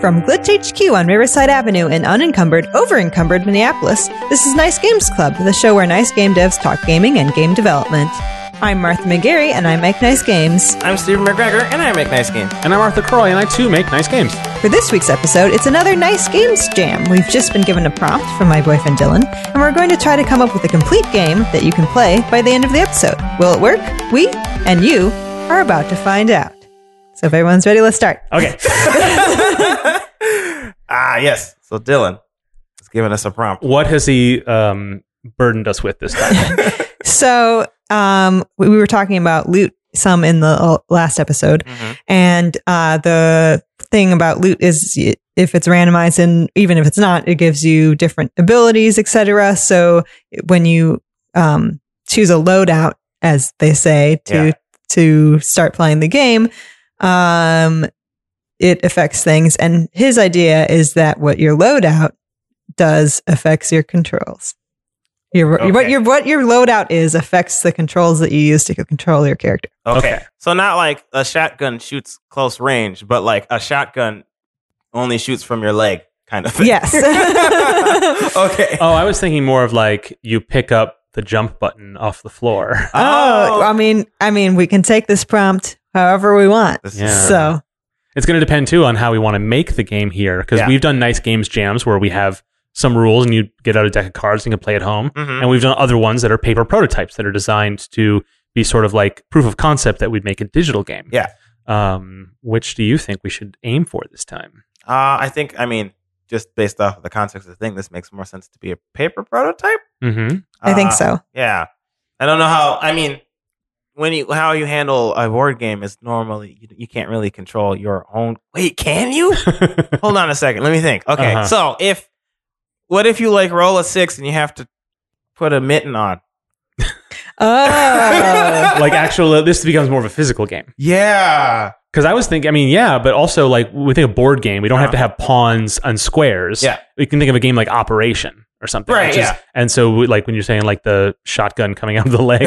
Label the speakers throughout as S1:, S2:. S1: From Glitch HQ on Riverside Avenue in unencumbered, overencumbered Minneapolis, this is Nice Games Club, the show where nice game devs talk gaming and game development. I'm Martha McGarry, and I make nice games.
S2: I'm Stephen McGregor, and I make nice games.
S3: And I'm Arthur Croy, and I too make nice games.
S1: For this week's episode, it's another Nice Games Jam. We've just been given a prompt from my boyfriend Dylan, and we're going to try to come up with a complete game that you can play by the end of the episode. Will it work? We and you are about to find out. So if everyone's ready, let's start.
S3: Okay.
S2: Ah, yes. So Dylan has given us a prompt.
S3: what has he um, burdened us with this time?
S1: So um, we we were talking about loot some in the l- last episode, and uh, the thing about loot is y- if it's randomized and even if it's not, it gives you different abilities, etc. So when you um, choose a loadout, as they say, to
S2: Yeah.
S1: to start playing the game, um, it affects things. And his idea is that what your loadout does affects your controls. Your what
S2: Okay.
S1: your what your loadout is affects the controls that you use to control your character.
S2: Okay.
S3: Okay.
S2: So not like a shotgun shoots close range, but like a shotgun only shoots from your leg kind of thing.
S1: Yes.
S2: okay.
S3: oh, I was thinking more of like you pick up the jump button off the floor.
S1: Oh, I mean, I mean, we can take this prompt however we want.
S2: This is-
S3: Yeah.
S1: So
S3: It's going to depend too on how we want to make the game here because
S2: Yeah.
S3: we've done nice games jams where we have some rules and you get out a deck of cards and you can play at home.
S2: Mhm.
S3: And we've done other ones that are paper prototypes that are designed to be sort of like proof of concept that we'd make a digital game.
S2: Yeah.
S3: Um, which do you think we should aim for this time?
S2: Uh, I think, I mean, just based off of the context of the thing, this makes more sense to be a paper prototype.
S3: Mm-hmm.
S1: I think
S2: Uh,
S1: so.
S2: Yeah. I don't know how, I mean, when you, how you handle a board game is normally you, you can't really control your own. Wait, can you? Hold on a second. Let me think. Okay.
S3: Uh-huh.
S2: So if, what if you like roll a six and you have to put a mitten on?
S1: Oh,
S3: like actual this becomes more of a physical game
S2: Yeah.
S3: because i was thinking i mean yeah but also like we think of board game we don't have to have pawns and squares
S2: Uh-huh. Yeah.
S3: we can think of a game like operation or something
S2: Right,
S3: which
S2: yeah.
S3: and so we- like when you're saying like the shotgun coming out of the leg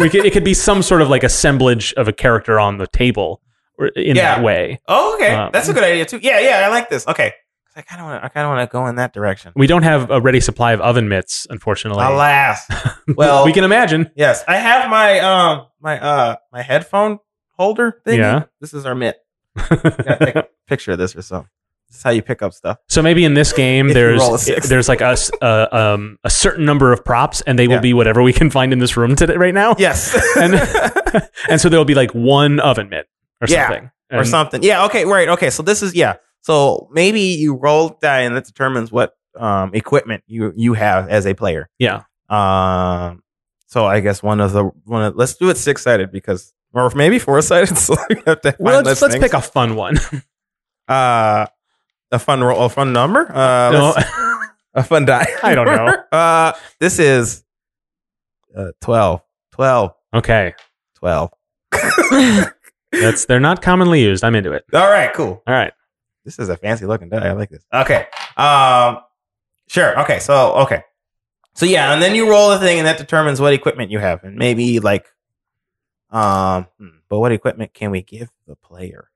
S3: we could, it could be some sort of like assemblage of a character on the table or in
S2: Yeah.
S3: that way
S2: Oh, okay.
S3: Um,
S2: That's a good idea too. Yeah, yeah, I like this. Okay. I kind of want to I kind of want to go in that direction.
S3: we don't have a ready supply of oven mitts unfortunately
S2: Alas.
S3: But
S2: well-
S3: we can imagine
S2: yes, I have my um my uh my headphone holder thing.
S3: Yeah.
S2: This is our mitt. Gotta take a picture of this or something. This is how you pick up stuff.
S3: So maybe in this game
S2: If you
S3: there's
S2: roll a six.
S3: there's like us uh, um, a certain number of props and they will
S2: Yeah.
S3: be whatever we can find in this room today right now.
S2: Yes.
S3: And and so there'll be like one oven mitt or
S2: Yeah.
S3: something.
S2: or
S3: And-
S2: something. Yeah, okay, right. Okay. So this is yeah. So maybe you roll die and that determines what um equipment you you have as a player.
S3: Yeah.
S2: Um so I guess one of the one of let's do it six sided because or maybe four sided. So we have to
S3: Well,
S2: find less
S3: let's let's
S2: things.
S3: pick a fun one.
S2: uh a fun roll a fun number uh
S3: No.
S2: let's- a fun die
S3: I don't know.
S2: uh this is uh 12 12
S3: okay.
S2: 12
S3: That's they're not commonly used. I'm into it.
S2: all right cool
S3: All right.
S2: this is a fancy looking die i like this okay um sure okay so okay so yeah and then you roll the thing and that determines what equipment you have and maybe like um hmm, but what equipment can we give the player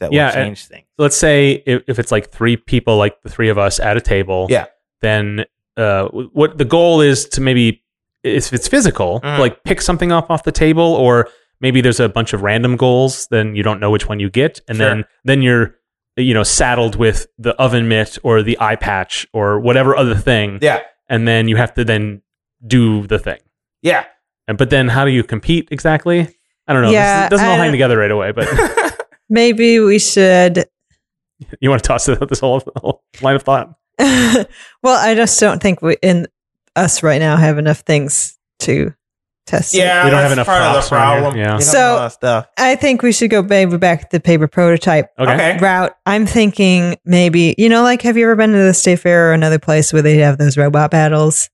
S2: that
S3: Yeah,
S2: will
S3: and-
S2: change things
S3: So let's say if, if it's like three people, like the three of us at a table,
S2: Yeah.
S3: then uh, w- what the goal is to maybe if it's physical,
S2: Mhm.
S3: like pick something up off the table, or maybe there's a bunch of random goals, then you don't know which one you get, and then
S2: Sure.
S3: then you're you know saddled with the oven mitt or the eye patch or whatever other thing,
S2: yeah
S3: and then you have to then do the thing.
S2: yeah
S3: And but then how do you compete exactly? I don't know. This
S1: Yeah,
S3: doesn't
S1: I
S3: all hang
S1: don't-
S3: together right away, but
S1: maybe we should.
S3: you want to toss it out this whole, whole line of thought.
S1: well, I just don't think we in us right now have enough things to test. it.
S2: yeah
S3: We don't
S2: that's
S3: have enough
S2: part of the
S3: props around here.
S2: problem
S3: Yeah.
S2: You don't
S1: So-
S2: have a lot of stuff
S1: I think we should go maybe back to the paper prototype
S3: Okay.
S2: Okay.
S1: route. I'm thinking maybe you know, like, have you ever been to the State Fair or another place where they have those robot battles?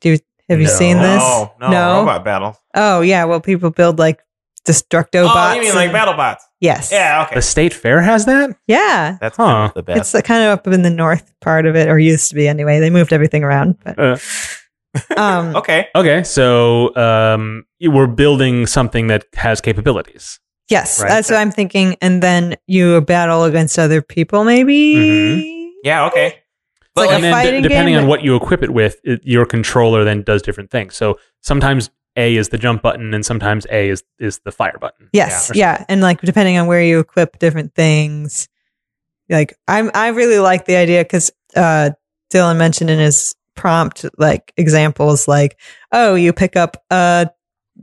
S1: Do have you
S3: No.
S1: seen this?
S2: No, no, robot battles.
S1: Oh yeah, well, people build like Destructo
S2: oh,
S1: bots.
S2: you mean like
S1: and-
S2: battle bots?
S1: Yes.
S2: Yeah,
S3: The
S2: okay.
S3: state fair has that?
S1: Yeah.
S2: That's
S3: Huh.
S2: kind of the best.
S1: It's uh, kind of up in the north part of it, or used to be anyway. They moved everything around, but
S3: Uh,
S1: um,
S2: okay.
S3: okay, so um, you we're building something that has capabilities.
S1: Yes,
S3: Right.
S1: that's what I'm thinking. And then you battle against other people, maybe.
S2: Yeah, okay.
S1: It's like
S2: But
S1: a
S3: and then
S1: fighting
S3: d- depending
S1: game,
S3: on
S1: but-
S3: what you equip it with, it, your controller then does different things. So sometimes A is the jump button, and sometimes A is is the fire button.
S1: Yes,
S3: Or
S1: yeah. and like depending on where you equip different things, like I'm I really like the idea because uh, Dylan mentioned in his prompt like examples like oh you pick up a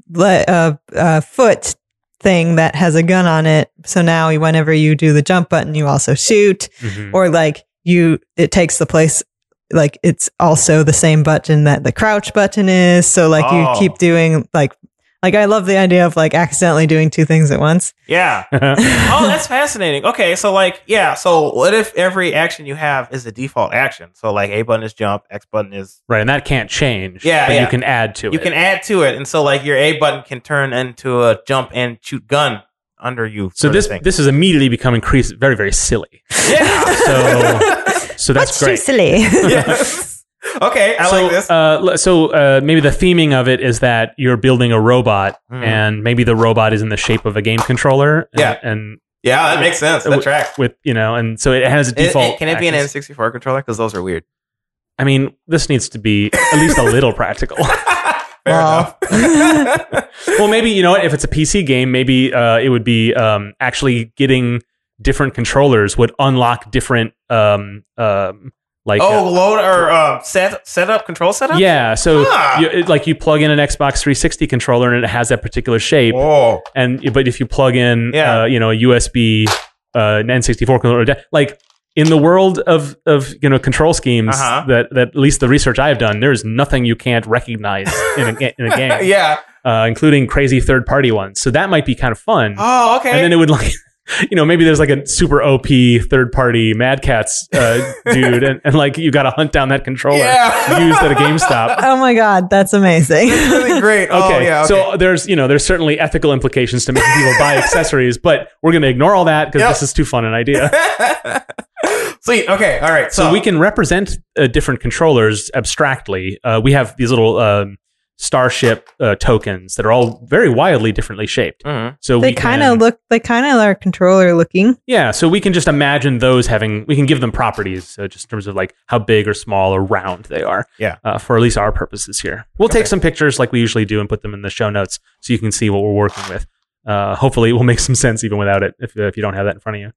S1: le- a, a foot thing that has a gun on it, so now you- whenever you do the jump button, you also shoot,
S3: Mhm.
S1: or like you it takes the place. Like it's also the same button that the crouch button is, so like
S2: Oh.
S1: you keep doing like like I love the idea of like accidentally doing two things at once.
S2: Yeah. Oh, that's fascinating. Okay, so like, yeah, so what if every action you have is a default action? So like A button is jump, X button is
S3: right, and that can't change.
S2: Yeah,
S3: but
S2: yeah.
S3: you can add to it.
S2: you can add to it. And so like your A button can turn into a jump and shoot gun under you.
S3: so
S2: sort of
S3: this
S2: thing.
S3: this has immediately become increased very very silly.
S2: Yeah.
S3: So so that's
S1: What's
S3: great.
S1: too silly?
S2: yes. Okay, I
S3: so,
S2: like this.
S3: Uh, l- so uh, maybe the theming of it is that you're building a robot,
S2: Mhm.
S3: and maybe the robot is in the shape of a game controller. And,
S2: Yeah.
S3: and
S2: yeah, that makes sense. That
S3: uh, w-
S2: track.
S3: with you know, and so it has a default.
S2: can it be an
S3: actions.
S2: N64 controller? Because those are weird.
S3: I mean, this needs to be at least a little practical.
S2: Fair
S1: Wow.
S2: enough.
S3: Well, maybe you know what? If it's a PC game, maybe uh, it would be um, actually getting different controllers would unlock different um, um, like uh,
S2: oh, load or uh, set set up control setup.
S3: yeah. So
S2: Huh.
S3: you, it, like you plug in an Xbox 360 controller and it has that particular shape.
S2: Oh,
S3: and but if you plug in
S2: Yeah.
S3: uh, you know a USB uh, an N64 controller like in the world of of you know control schemes
S2: Uh-huh.
S3: that that at least the research I have done there is nothing you can't recognize in a ga- in a game
S2: yeah.
S3: uh, including crazy third party ones so that might be kind of fun
S2: Oh, okay.
S3: and then it would like you know maybe there's like a super OP third party Mad Cats uh, dude and, and like you got to hunt down that controller
S2: Yeah.
S3: used at a GameStop
S1: oh my god, that's amazing.
S2: really great.
S3: Okay.
S2: Oh, yeah. okay.
S3: So there's, you know, there's certainly ethical implications to making people buy accessories, but we're going to ignore all that because
S2: Yep.
S3: this is too fun an idea.
S2: sweet. Okay. All right. So,
S3: so, we can represent uh, different controllers abstractly. Uh, we have these little um, starship uh, tokens that are all very wildly differently shaped.
S2: Mhm.
S3: So
S1: they
S3: we
S1: kind
S3: can-
S1: of look. They kind of are controller looking.
S3: yeah. So we can just imagine those having, we can give them properties uh, just in terms of like how big or small or round they are.
S2: Yeah.
S3: Uh, for at least our purposes here, we'll
S2: Okay.
S3: take some pictures like we usually do and put them in the show notes so you can see what we're working with. Uh, hopefully, it will make some sense even without it if, if you don't have that in front of you.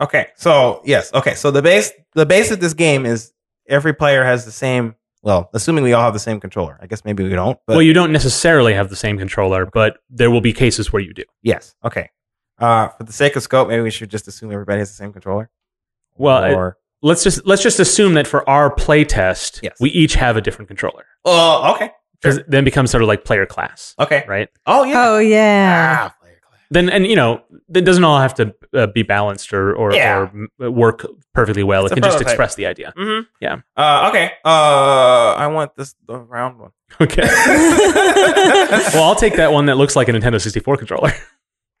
S2: okay. So yes. Okay. So the base the base of this game is every player has the same. Well, assuming we all have the same controller. I guess maybe we don't. But
S3: well, you don't necessarily have the same controller, but there will be cases where you do.
S2: yes. Okay. Uh, for the sake of scope, maybe we should just assume everybody has the same controller.
S3: Well, it-
S2: Or-
S3: let's just let's just assume that for our playtest,
S2: Yes.
S3: we each have a different controller
S2: oh, okay.
S3: because then becomes sort of like player class,
S2: Okay.
S3: right?
S2: Oh yeah.
S1: Oh yeah.
S2: Ah, player class.
S3: Then and you know that doesn't all have to uh, be balanced or or,
S2: Yeah.
S3: or m- work perfectly well.
S2: It's
S3: it
S2: a
S3: can just
S2: prototype.
S3: express the idea.
S2: Mm-hmm.
S3: Yeah.
S2: Uh, okay. Uh, I want this the round one.
S3: Okay. well, I'll take that one that looks like a Nintendo 64 controller.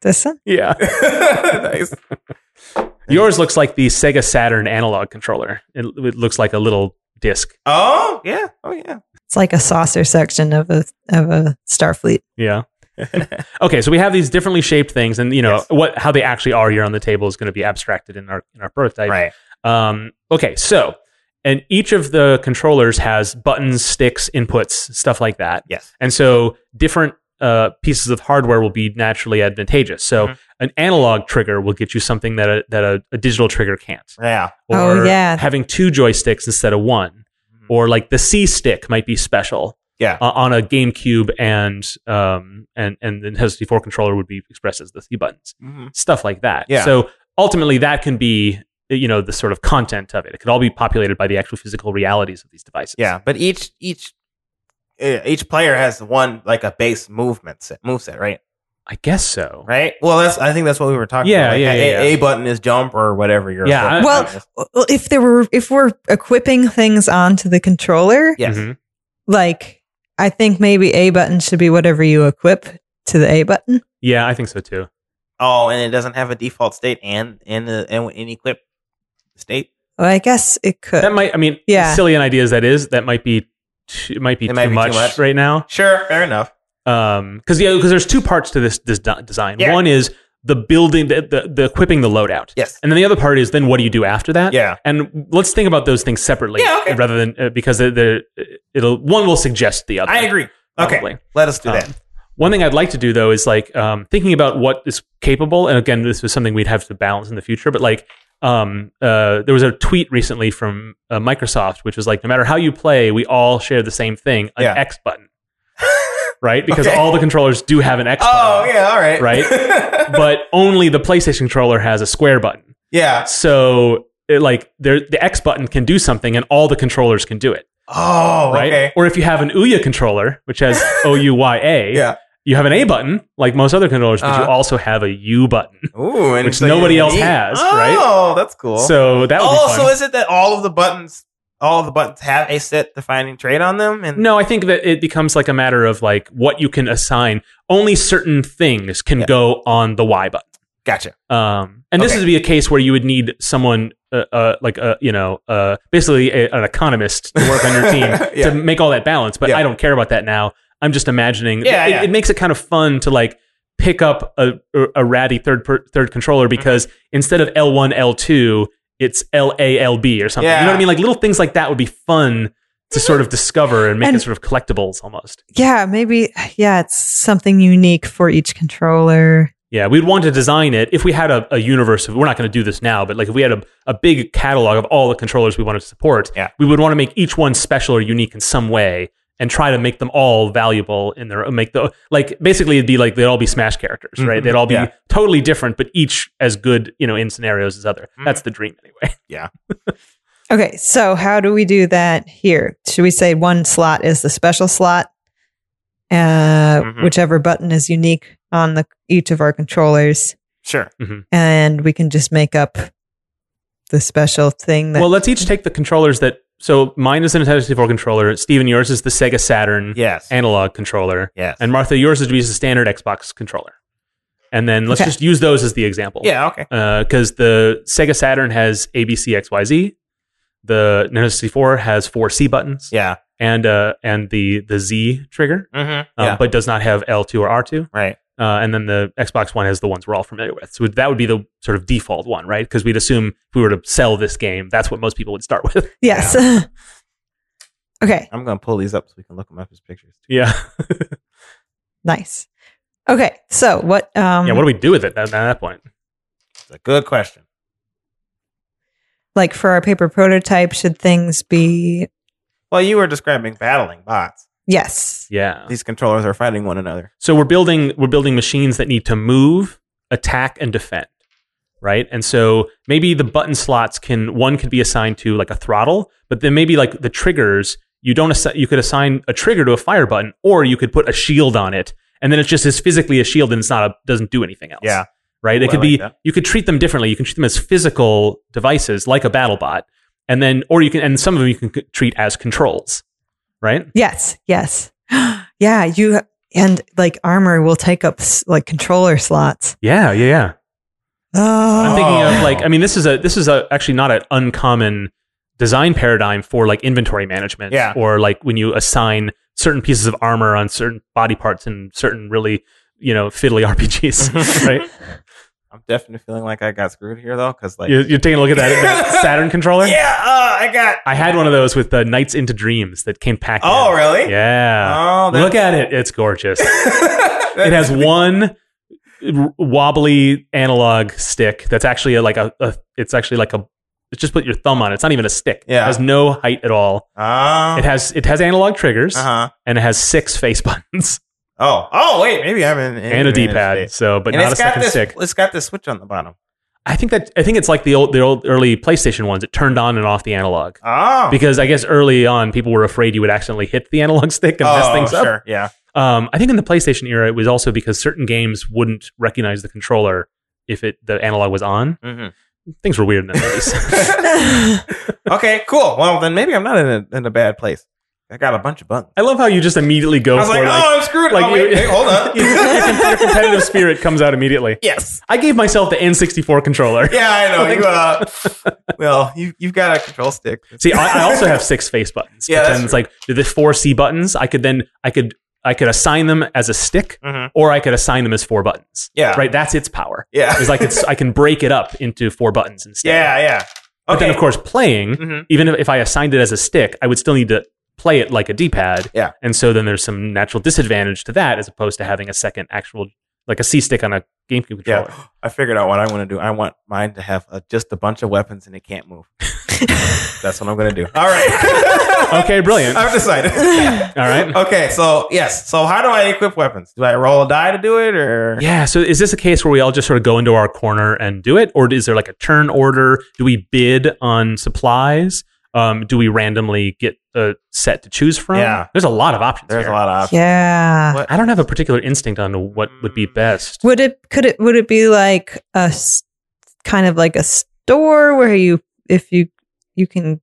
S1: This one.
S3: Yeah.
S2: nice.
S3: Yours looks like the Sega Saturn analog controller. It, it looks like a little disc.
S2: Oh yeah. Oh yeah.
S1: It's like a saucer section of a of a Starfleet.
S3: Yeah. okay, so we have these differently shaped things, and you know
S2: Yes.
S3: what how they actually are here on the table is going to be abstracted in our in our prototype. Um, okay, so and each of the controllers has buttons, sticks, inputs, stuff like that.
S2: Yes.
S3: And so different uh, pieces of hardware will be naturally advantageous. So
S2: Mhm.
S3: an analog trigger will get you something that a, that a, a digital trigger can't.
S2: Yeah. Mm-hmm.
S1: Oh, yeah.
S3: having two joysticks instead of one, or like the C stick might be special.
S2: Yeah.
S3: o- on a GameCube and um and and the Nintendo 64 controller would be expressed as the C buttons,
S2: Mhm.
S3: stuff like that.
S2: Yeah.
S3: So ultimately, that can be you know the sort of content of it. It could all be populated by the actual physical realities of these devices.
S2: Yeah, but each each uh, each player has one like a base movement set, move set, right?
S3: I guess so.
S2: Right. Well, that's I think that's what we were talking
S3: Yeah,
S2: about. Like,
S3: yeah,
S2: a,
S3: yeah,
S2: a
S3: yeah.
S2: button is jump or whatever. Your
S3: Yeah, I-
S1: Well- Well, if there were if we're equipping things onto the controller,
S2: yes.
S3: Mhm.
S1: like I think maybe a button should be whatever you equip to the a button.
S3: Yeah, I think so too.
S2: Oh, and it doesn't have a default state and and uh, and an equip state.
S1: Well, I guess it could.
S3: That might. I mean,
S1: Yeah.
S3: as silly an idea as that is, that might be. Too, it might be,
S2: It
S3: too,
S2: might be too
S3: much
S2: much.
S3: right now.
S2: Sure. Fair enough.
S3: Um, because yeah, because there's two parts to this, this de- design.
S2: Yeah.
S3: One is the building, the, the the equipping the loadout,
S2: Yes.
S3: and then the other part is then what do you do after that?
S2: Yeah.
S3: And let's think about those things separately,
S2: Yeah, okay.
S3: rather than uh, because they're, they're, it'll one will suggest the other.
S2: I agree. Okay.
S3: Probably.
S2: Let us do
S3: Um,
S2: that.
S3: One thing I'd like to do though is like um, thinking about what is capable, and again, this was something we'd have to balance in the future. But like, um, uh, there was a tweet recently from uh, Microsoft, which was like, no matter how you play, we all share the same thing, an
S2: Yeah.
S3: X button, right? Because
S2: Okay.
S3: all the controllers do have an X.
S2: Oh,
S3: button,
S2: yeah. All right.
S3: Right? But only the PlayStation controller has a square button.
S2: yeah.
S3: So it, like, there, the X button can do something, and all the controllers can do it
S2: Oh,
S3: right?
S2: okay.
S3: Or if you have an Ouya controller, which has O U Y A,
S2: Yeah.
S3: you have an A button like most other controllers, but you
S2: Uh-huh.
S3: also have a U button.
S2: Ooh, and
S3: Which
S2: so
S3: nobody
S2: you
S3: else
S2: need-
S3: has,
S2: oh,
S3: right?
S2: that's cool.
S3: So that would
S2: oh,
S3: be fun.
S2: so is it that all of the buttons, all of the buttons have a set defining trait on them? And
S3: no, I think that it becomes like a matter of like what you can assign. Only certain things can
S2: Yeah.
S3: go on the Y button.
S2: gotcha.
S3: Um, and this
S2: Okay.
S3: would be a case where you would need someone, uh, uh, like a you know, uh, basically a, an economist to work on your team
S2: Yeah.
S3: to make all that balance. But
S2: Yeah.
S3: I don't care about that now. I'm just imagining.
S2: Yeah,
S3: it,
S2: yeah.
S3: it makes it kind of fun to like pick up a a ratty third per, third controller
S2: Mm-hmm.
S3: because instead of L1 L2, it's L A L B or something. You know what
S2: Yeah. Mm-hmm.
S3: I mean? Like little things like that would be fun to sort of discover and make it
S1: And-
S3: sort of collectibles almost.
S1: Yeah, maybe. Yeah, it's something unique for each controller.
S3: Yeah, we'd want to design it if we had a, a universe of, we're not going to do this now, but like if we had a, a big catalog of all the controllers we want to support,
S2: Yeah.
S3: we would want to make each one special or unique in some way and try to make them all valuable in their make the like basically it'd be like they'd all be smash characters, right?
S2: Mhm.
S3: They'd all be
S2: Yeah.
S3: totally different, but each as good, you know, in scenarios as other.
S2: Mhm.
S3: That's the dream anyway.
S1: Okay, so how do we do that here? Should we say one slot is the special slot? Uh,
S3: Mm-hmm.
S2: Mhm.
S1: Whichever button is unique on the each of our controllers,
S2: Sure.
S1: and we can just make up the special thing that
S3: well, let's each take the controllers that so mine is the Nintendo 64 controller, Steven, yours is the Sega Saturn
S2: Yes.
S3: analog controller.
S2: yes.
S3: And Martha, yours would be the standard Xbox controller. And then let's
S1: Okay.
S3: just use those as the example.
S2: yeah. Okay.
S3: Because the Sega Saturn has ABCXYZ, the Nintendo 64 has four C buttons,
S2: Yeah.
S3: and uh, and the the Z trigger,
S2: Mm-hmm.
S3: um,
S2: Yeah.
S3: but does not have L2 or R2.
S2: right.
S3: Uh, and then the Xbox One has the ones we're all familiar with. So that would be the sort of default one, right? Because we'd assume if we were to sell this game, that's what most people would start with.
S1: yes. okay,
S2: I'm gonna pull these up so we can look them up as pictures. Too.
S3: yeah.
S1: nice. Okay, so what? Um,
S3: yeah. What do we do with it at, at that point?
S2: It's a good question.
S1: like for our paper prototype, should things be
S2: Well, you were describing battling bots.
S1: yes?
S3: Yeah.
S2: These controllers are fighting one another.
S3: So we're building we're building machines that need to move, attack, and defend, right? And so maybe the button slots can one could be assigned to like a throttle, but then maybe like the triggers you don't assi- you could assign a trigger to a fire button, or you could put a shield on it, and then it just is physically a shield and it's not a, doesn't do anything else.
S2: Yeah.
S3: Right.
S2: Ooh,
S3: it
S2: I
S3: could
S2: like
S3: be
S2: that.
S3: you could treat them differently. You can treat them as physical devices like a battle bot, and then or you can and some of them you can c- treat as controls, right?
S1: Yes, yes. yeah, you and like armor will take up s- like controller slots.
S3: Yeah. Yeah. Yeah. I'm
S1: Oh,
S3: thinking
S2: Oh.
S3: of like I mean this is a this is a actually not an uncommon design paradigm for like inventory management
S2: Yeah.
S3: or like when you assign certain pieces of armor on certain body parts in certain really you know fiddly RPGs right
S2: I'm definitely feeling like I got screwed here though, because like
S3: you're, you're taking a look at that, that Saturn controller
S2: yeah, uh, I got.
S3: I had one of those with the Nights into Dreams that came packed
S2: Oh,
S3: in.
S2: really?
S3: yeah
S2: Oh,
S3: look at it it's gorgeous it has one r- wobbly analog stick that's actually a, like a, a it's actually like a it's just put your thumb on it. It's not even a stick.
S2: Yeah.
S3: It has no height at all.
S2: Oh.
S3: It has it has analog triggers
S2: Uh huh.
S3: and it has six face buttons
S2: Oh. Oh, wait. Maybe I'm in. in
S3: and a D pad.
S2: advantage
S3: So, but
S2: And
S3: not a
S2: it's got
S3: second
S2: this,
S3: stick.
S2: It's got this switch on the bottom.
S3: I think that I think it's like the old the old early PlayStation ones. It turned on and off the analog
S2: Oh.
S3: because I guess early on people were afraid you would accidentally hit the analog stick and mess
S2: oh,
S3: things
S2: sure.
S3: up.
S2: Yeah.
S3: Um, I think in the PlayStation era, it was also because certain games wouldn't recognize the controller if it the analog was on.
S2: Mm-hmm.
S3: Things were weird in the 90s.
S2: okay. Cool. Well, then maybe I'm not in a, in a bad place. I got a bunch of buttons.
S3: I love how you just immediately go
S2: I was
S3: for
S2: like,
S3: like,
S2: oh, I'm screwed.
S3: like
S2: oh, wait,
S3: you-
S2: hey, hold on.
S3: your, your competitive spirit comes out immediately.
S2: yes.
S3: I gave myself the N64 controller.
S2: Yeah, I know. You, uh, well, you you've got a control stick.
S3: See, I, I also have six face buttons.
S2: Yeah,
S3: but
S2: that's
S3: then it's like the four C buttons. I could then I could I could assign them as a stick,
S2: Mhm.
S3: or I could assign them as four buttons.
S2: Yeah.
S3: Right, that's its power.
S2: Yeah.
S3: It's like it's I can break it up into four buttons instead.
S2: yeah. Yeah. Okay.
S3: But then of course playing,
S2: Mhm.
S3: even if, if I assigned it as a stick, I would still need to play it like a D-pad.
S2: Yeah.
S3: And so then there's some natural disadvantage to that as opposed to having a second actual like a C stick on a GameCube
S2: Yeah.
S3: controller.
S2: I figured out what I want to do. I want mine to have uh, just a bunch of weapons and it can't move. That's what I'm going to do. All right.
S3: Okay, brilliant. All
S2: I've decided.
S3: right.
S2: okay. So, yes. So, how do I equip weapons? Do I roll a die to do it or?
S3: Yeah. So is this a case where we all just sort of go into our corner and do it, or is there like a turn order? Do we bid on supplies? Um, do we randomly get a set to choose from?
S2: Yeah.
S3: There's a lot of options.
S2: There's a
S3: here.
S2: lot of options.
S1: yeah.
S2: What-
S3: I don't have a particular instinct on what would be best.
S1: Would it could it would it be like a s- kind of like a store where you if you you can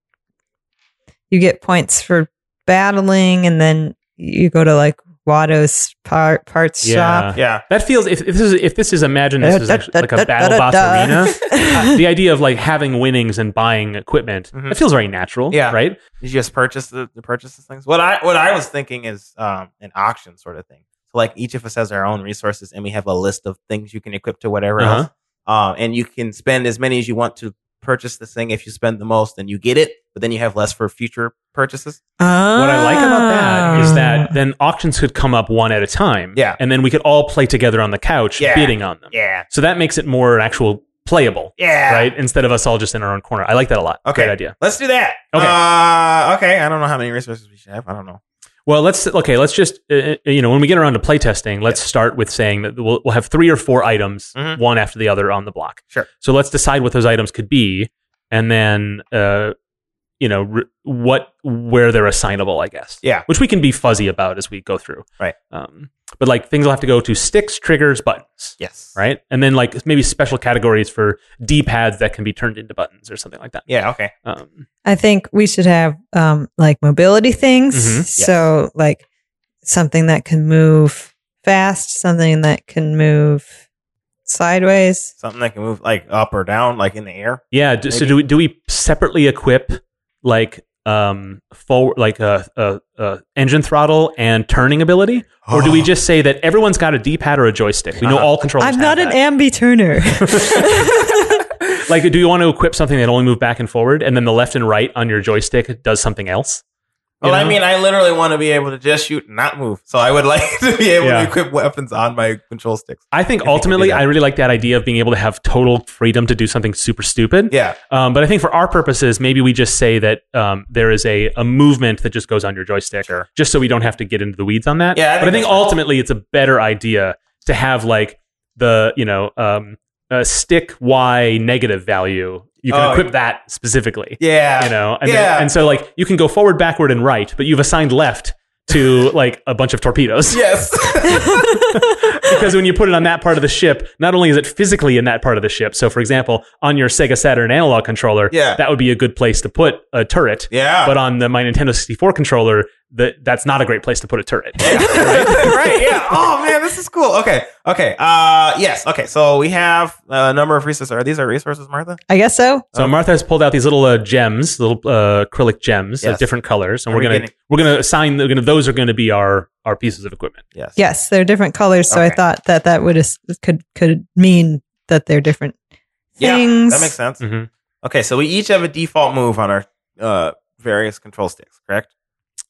S1: you get points for battling and then you go to like Watto's part, parts shop.
S2: Yeah.
S3: That feels if, if this is if this is imagine
S2: Uh,
S3: this is actually like a battle boss arena.
S1: arena.
S3: The idea of like having winnings and buying equipment
S2: Mhm.
S3: that feels very natural.
S2: Yeah.
S3: Right.
S2: Did you just purchase the, the purchase of things? What I what I was thinking is um, an auction sort of thing. So like each of us has our own resources, and we have a list of things you can equip to whatever
S3: Uh-huh.
S2: else. Um, and you can spend as many as you want to purchase this thing. If you spend the most, then you get it, but then you have less for future purchases.
S3: What I like about that
S1: Ah.
S3: is that then auctions could come up one at a time.
S2: Yeah.
S3: And then we could all play together on the couch
S2: Yeah.
S3: bidding on them.
S2: Yeah,
S3: So that makes it more actual playable,
S2: yeah.
S3: right? Instead of us all just in our own corner. I like that a lot.
S2: Okay.
S3: Great idea.
S2: Let's do that.
S3: Okay.
S2: Uh, okay. I don't know how many resources we should have. I don't know.
S3: Well, let's okay. Let's just uh, uh, you know when we get around to playtesting, let's start with saying that we'll, we'll have three or four items,
S2: Mhm.
S3: one after the other on the block.
S2: Sure.
S3: So let's decide what those items could be, and then uh, you know re- what where they're assignable, I guess.
S2: Yeah.
S3: Which we can be fuzzy about as we go through.
S2: Right.
S3: Um, but like things will have to go to sticks, triggers, buttons.
S2: Yes.
S3: Right. And then like maybe special categories for D pads that can be turned into buttons or something like that.
S2: Yeah. Okay.
S3: Um,
S1: I think we should have um, like mobility things.
S3: Mhm.
S2: Yes.
S1: So like something that can move fast, something that can move sideways.
S2: Something that can move like up or down, like in the air.
S3: yeah. d so
S2: Maybe.
S3: do we do we separately equip like um forward like a, a, a engine throttle and turning ability, or do we just say that everyone's got a D pad or a joystick? We know
S2: Oh. Uh-huh.
S3: all controllers.
S1: I'm
S3: have
S1: not an
S3: that.
S1: ambi turner.
S3: like. Do you want to equip something that only move back and forward, and then the left and right on your joystick does something else? You
S2: Well, I
S3: know?
S2: mean, I literally want to be able to just shoot and not move. So I would like to be able
S3: Yeah.
S2: to equip weapons on my control sticks. I
S3: I think
S2: think we could do
S3: ultimately,
S2: that.
S3: I really like that idea of being able to have total freedom to do something super stupid.
S2: Yeah.
S3: Um, but I think for our purposes, maybe we just say that um, there is a, a movement that just goes on your joystick,
S2: Sure.
S3: just so we don't have to get into the weeds on that.
S2: Yeah, I think
S3: but I think
S2: that's fair.
S3: ultimately it's a better idea to have like the you know um, a stick Y negative value. You can
S2: Oh,
S3: equip that specifically.
S2: Yeah.
S3: You know, and,
S2: Yeah.
S3: and so like you can go forward, backward, and right, but you've assigned left to like a bunch of torpedoes
S2: Yes.
S3: because when you put it on that part of the ship, not only is it physically in that part of the ship. So, for example, on your Sega Saturn analog controller,
S2: Yeah.
S3: that would be a good place to put a turret.
S2: yeah.
S3: But on the my Nintendo 64 controller, that that's not a great place to put a turret.
S2: right. Yeah. Oh man, this is cool. Okay. Okay. Uh yes. Okay. So we have a number of resources. Are these our resources, Martha?
S1: I guess so.
S2: Oh.
S3: So Martha has pulled out these little uh, gems, little uh, acrylic gems
S2: Yes.
S3: of different colors, and
S2: Are
S3: we're
S2: we
S3: gonna
S2: getting-
S3: we're gonna assign we're gonna, those are gonna be our our pieces of equipment.
S2: Yes.
S1: Yes, they're different colors. So I
S2: Okay.
S1: thought that that would as- could could mean that they're different
S2: Yeah,
S1: things.
S2: That makes sense.
S3: Mhm.
S2: Okay, so we each have a default move on our uh various control sticks, correct?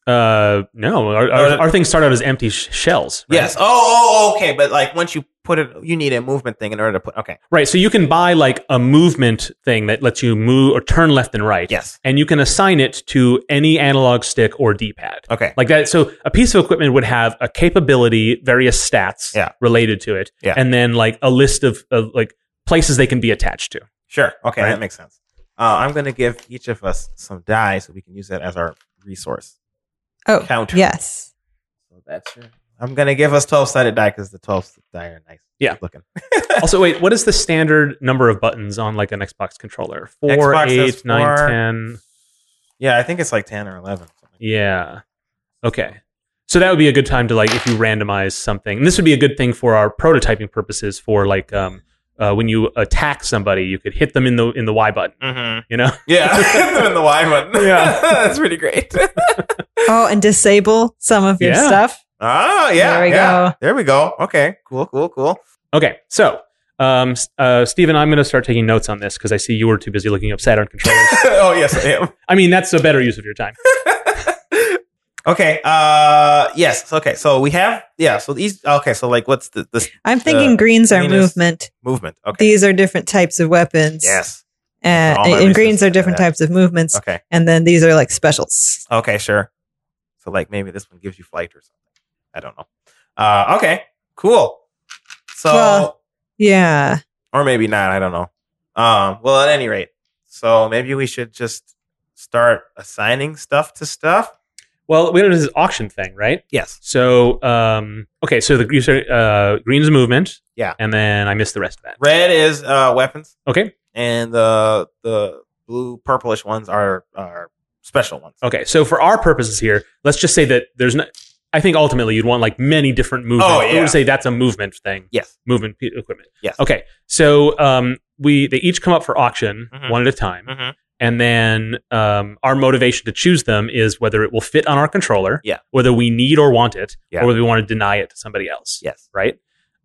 S3: Uh, no, our, our, our things start out as empty sh- shells. right?
S2: Yes. Oh, oh, okay. But like once you put it you need a movement thing in order to put okay.
S3: Right. So you can buy like a movement thing that lets you move or turn left and right.
S2: Yes.
S3: And you can assign it to any analog stick or D pad.
S2: Okay.
S3: Like that. So a piece of equipment would have a capability, various stats
S2: Yeah.
S3: related to it,
S2: Yeah.
S3: and then like a list of, of like places they can be attached to.
S2: Sure. Okay,
S3: Right?
S2: that makes sense. Uh, I'm going to give each of us some die so we can use that as our resource.
S1: Oh,
S2: Count.
S1: yes.
S2: So that's your. I'm going to give us 12 sided die because the 12 die are nice.
S3: Yeah.
S2: Looking.
S3: also, wait, what is the standard number of buttons on like an Xbox controller? Four,
S2: Xbox has
S3: eight, nine,
S2: four.
S3: ten.
S2: Yeah, I think it's like 10 or 11. Something.
S3: Yeah. Okay. So that would be a good time to like if you randomize something. And this would be a good thing for our prototyping purposes for like um uh, when you attack somebody, you could hit them in the in the Y button,
S2: Mm-hmm.
S3: you know?
S2: Yeah. Hit them in the Y button.
S3: Yeah.
S2: that's pretty great.
S1: Oh, and disable some of your
S3: Yeah.
S1: stuff.
S2: Oh yeah.
S1: There we
S2: yeah.
S1: go.
S2: There we go. Okay. Cool. Cool. Cool.
S3: Okay, so um, s- uh, Stephen, I'm going to start taking notes on this because I see you were too busy looking up Saturn controllers.
S2: oh yes, I am.
S3: I mean, that's a better use of your time.
S2: okay. Uh. Yes. Okay. So we have. Yeah. So these. Okay. So like, what's the this
S1: I'm thinking
S2: Uh,
S1: greens are
S2: green is-
S1: movement.
S2: movement? Okay.
S1: These are different types of weapons.
S2: yes.
S1: Uh,
S2: all my
S1: and
S2: research
S1: greens are
S2: into
S1: different
S2: that.
S1: types of movements.
S2: Okay.
S1: And then these are like specials.
S2: Okay. Sure. So like maybe this one gives you flight or something. I don't know. Uh. Okay. Cool. So
S1: Well- Yeah.
S2: or maybe not. I don't know. Um. Well, at any rate, so maybe we should just start assigning stuff to stuff.
S3: Well, we know this is auction thing, right?
S2: Yes.
S3: So, um, okay, so the you said, uh, green's movement.
S2: Yeah.
S3: And then I missed the rest of that.
S2: Red is uh weapons.
S3: Okay.
S2: and the the blue purplish ones are are special ones.
S3: Okay. So for our purposes here, let's just say that there's no. I think ultimately you'd want like many different movements.
S2: Oh,
S3: I
S2: yeah.
S3: would say that's a movement thing,
S2: Yes.
S3: movement p- equipment.
S2: Yes.
S3: Okay. So um, we they each come up for auction
S2: Mhm.
S3: one at a time,
S2: Mm-hmm.
S3: and then um, our motivation to choose them is whether it will fit on our controller,
S2: Yeah.
S3: whether we need or want it,
S2: Yeah.
S3: or whether we want to deny it to somebody else,
S2: Yes.
S3: right?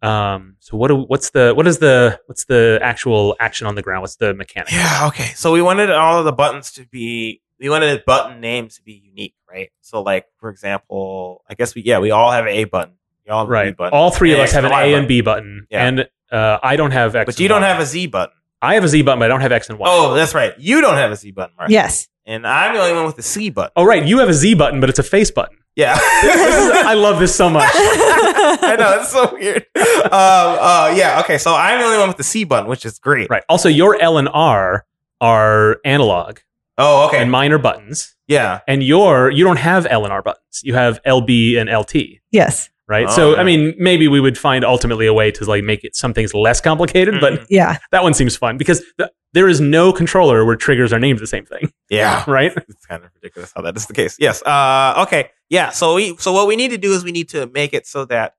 S3: Um, so what do, what's the what is the what's the actual action on the ground? What's the mechanic?
S2: Yeah. Okay. So we wanted all of the buttons to be. We wanted the button names to be unique, right? So, like for example, I guess we yeah we all have a button. You all have a B
S3: Right.
S2: button.
S3: All three of
S2: And
S3: us have an
S2: Y
S3: A and
S2: button.
S3: B button,
S2: Yeah.
S3: and uh, I don't have X.
S2: but
S3: and
S2: you don't
S3: Y.
S2: have a Z button.
S3: I have a Z button, but I don't have X and Y.
S2: Oh, that's right. You don't have a Z button, Mark.
S1: Yes.
S2: And I'm the only one with a C button.
S3: Oh, right. You have a Z button, but it's a face button.
S2: Yeah.
S3: This is- I love this so much.
S2: I know that's so weird. Um, uh, yeah. Okay. So I'm the only one with the C button, which is great.
S3: Right. Also, your L and R are analog,
S2: Oh, okay.
S3: and mine are buttons.
S2: yeah.
S3: And your you don't have L and R buttons. You have LB and LT.
S1: Yes.
S3: Right.
S2: Oh,
S3: so
S2: yeah.
S3: I mean, maybe we would find ultimately a way to like make it some things less complicated, but
S2: Mhm.
S1: Yeah.
S3: that one seems fun because the, there is no controller where triggers are named the same thing.
S2: Yeah.
S3: Right.
S2: it's kind of ridiculous how that is the case. Yes. Uh, okay. Yeah. So we so what we need to do is we need to make it so that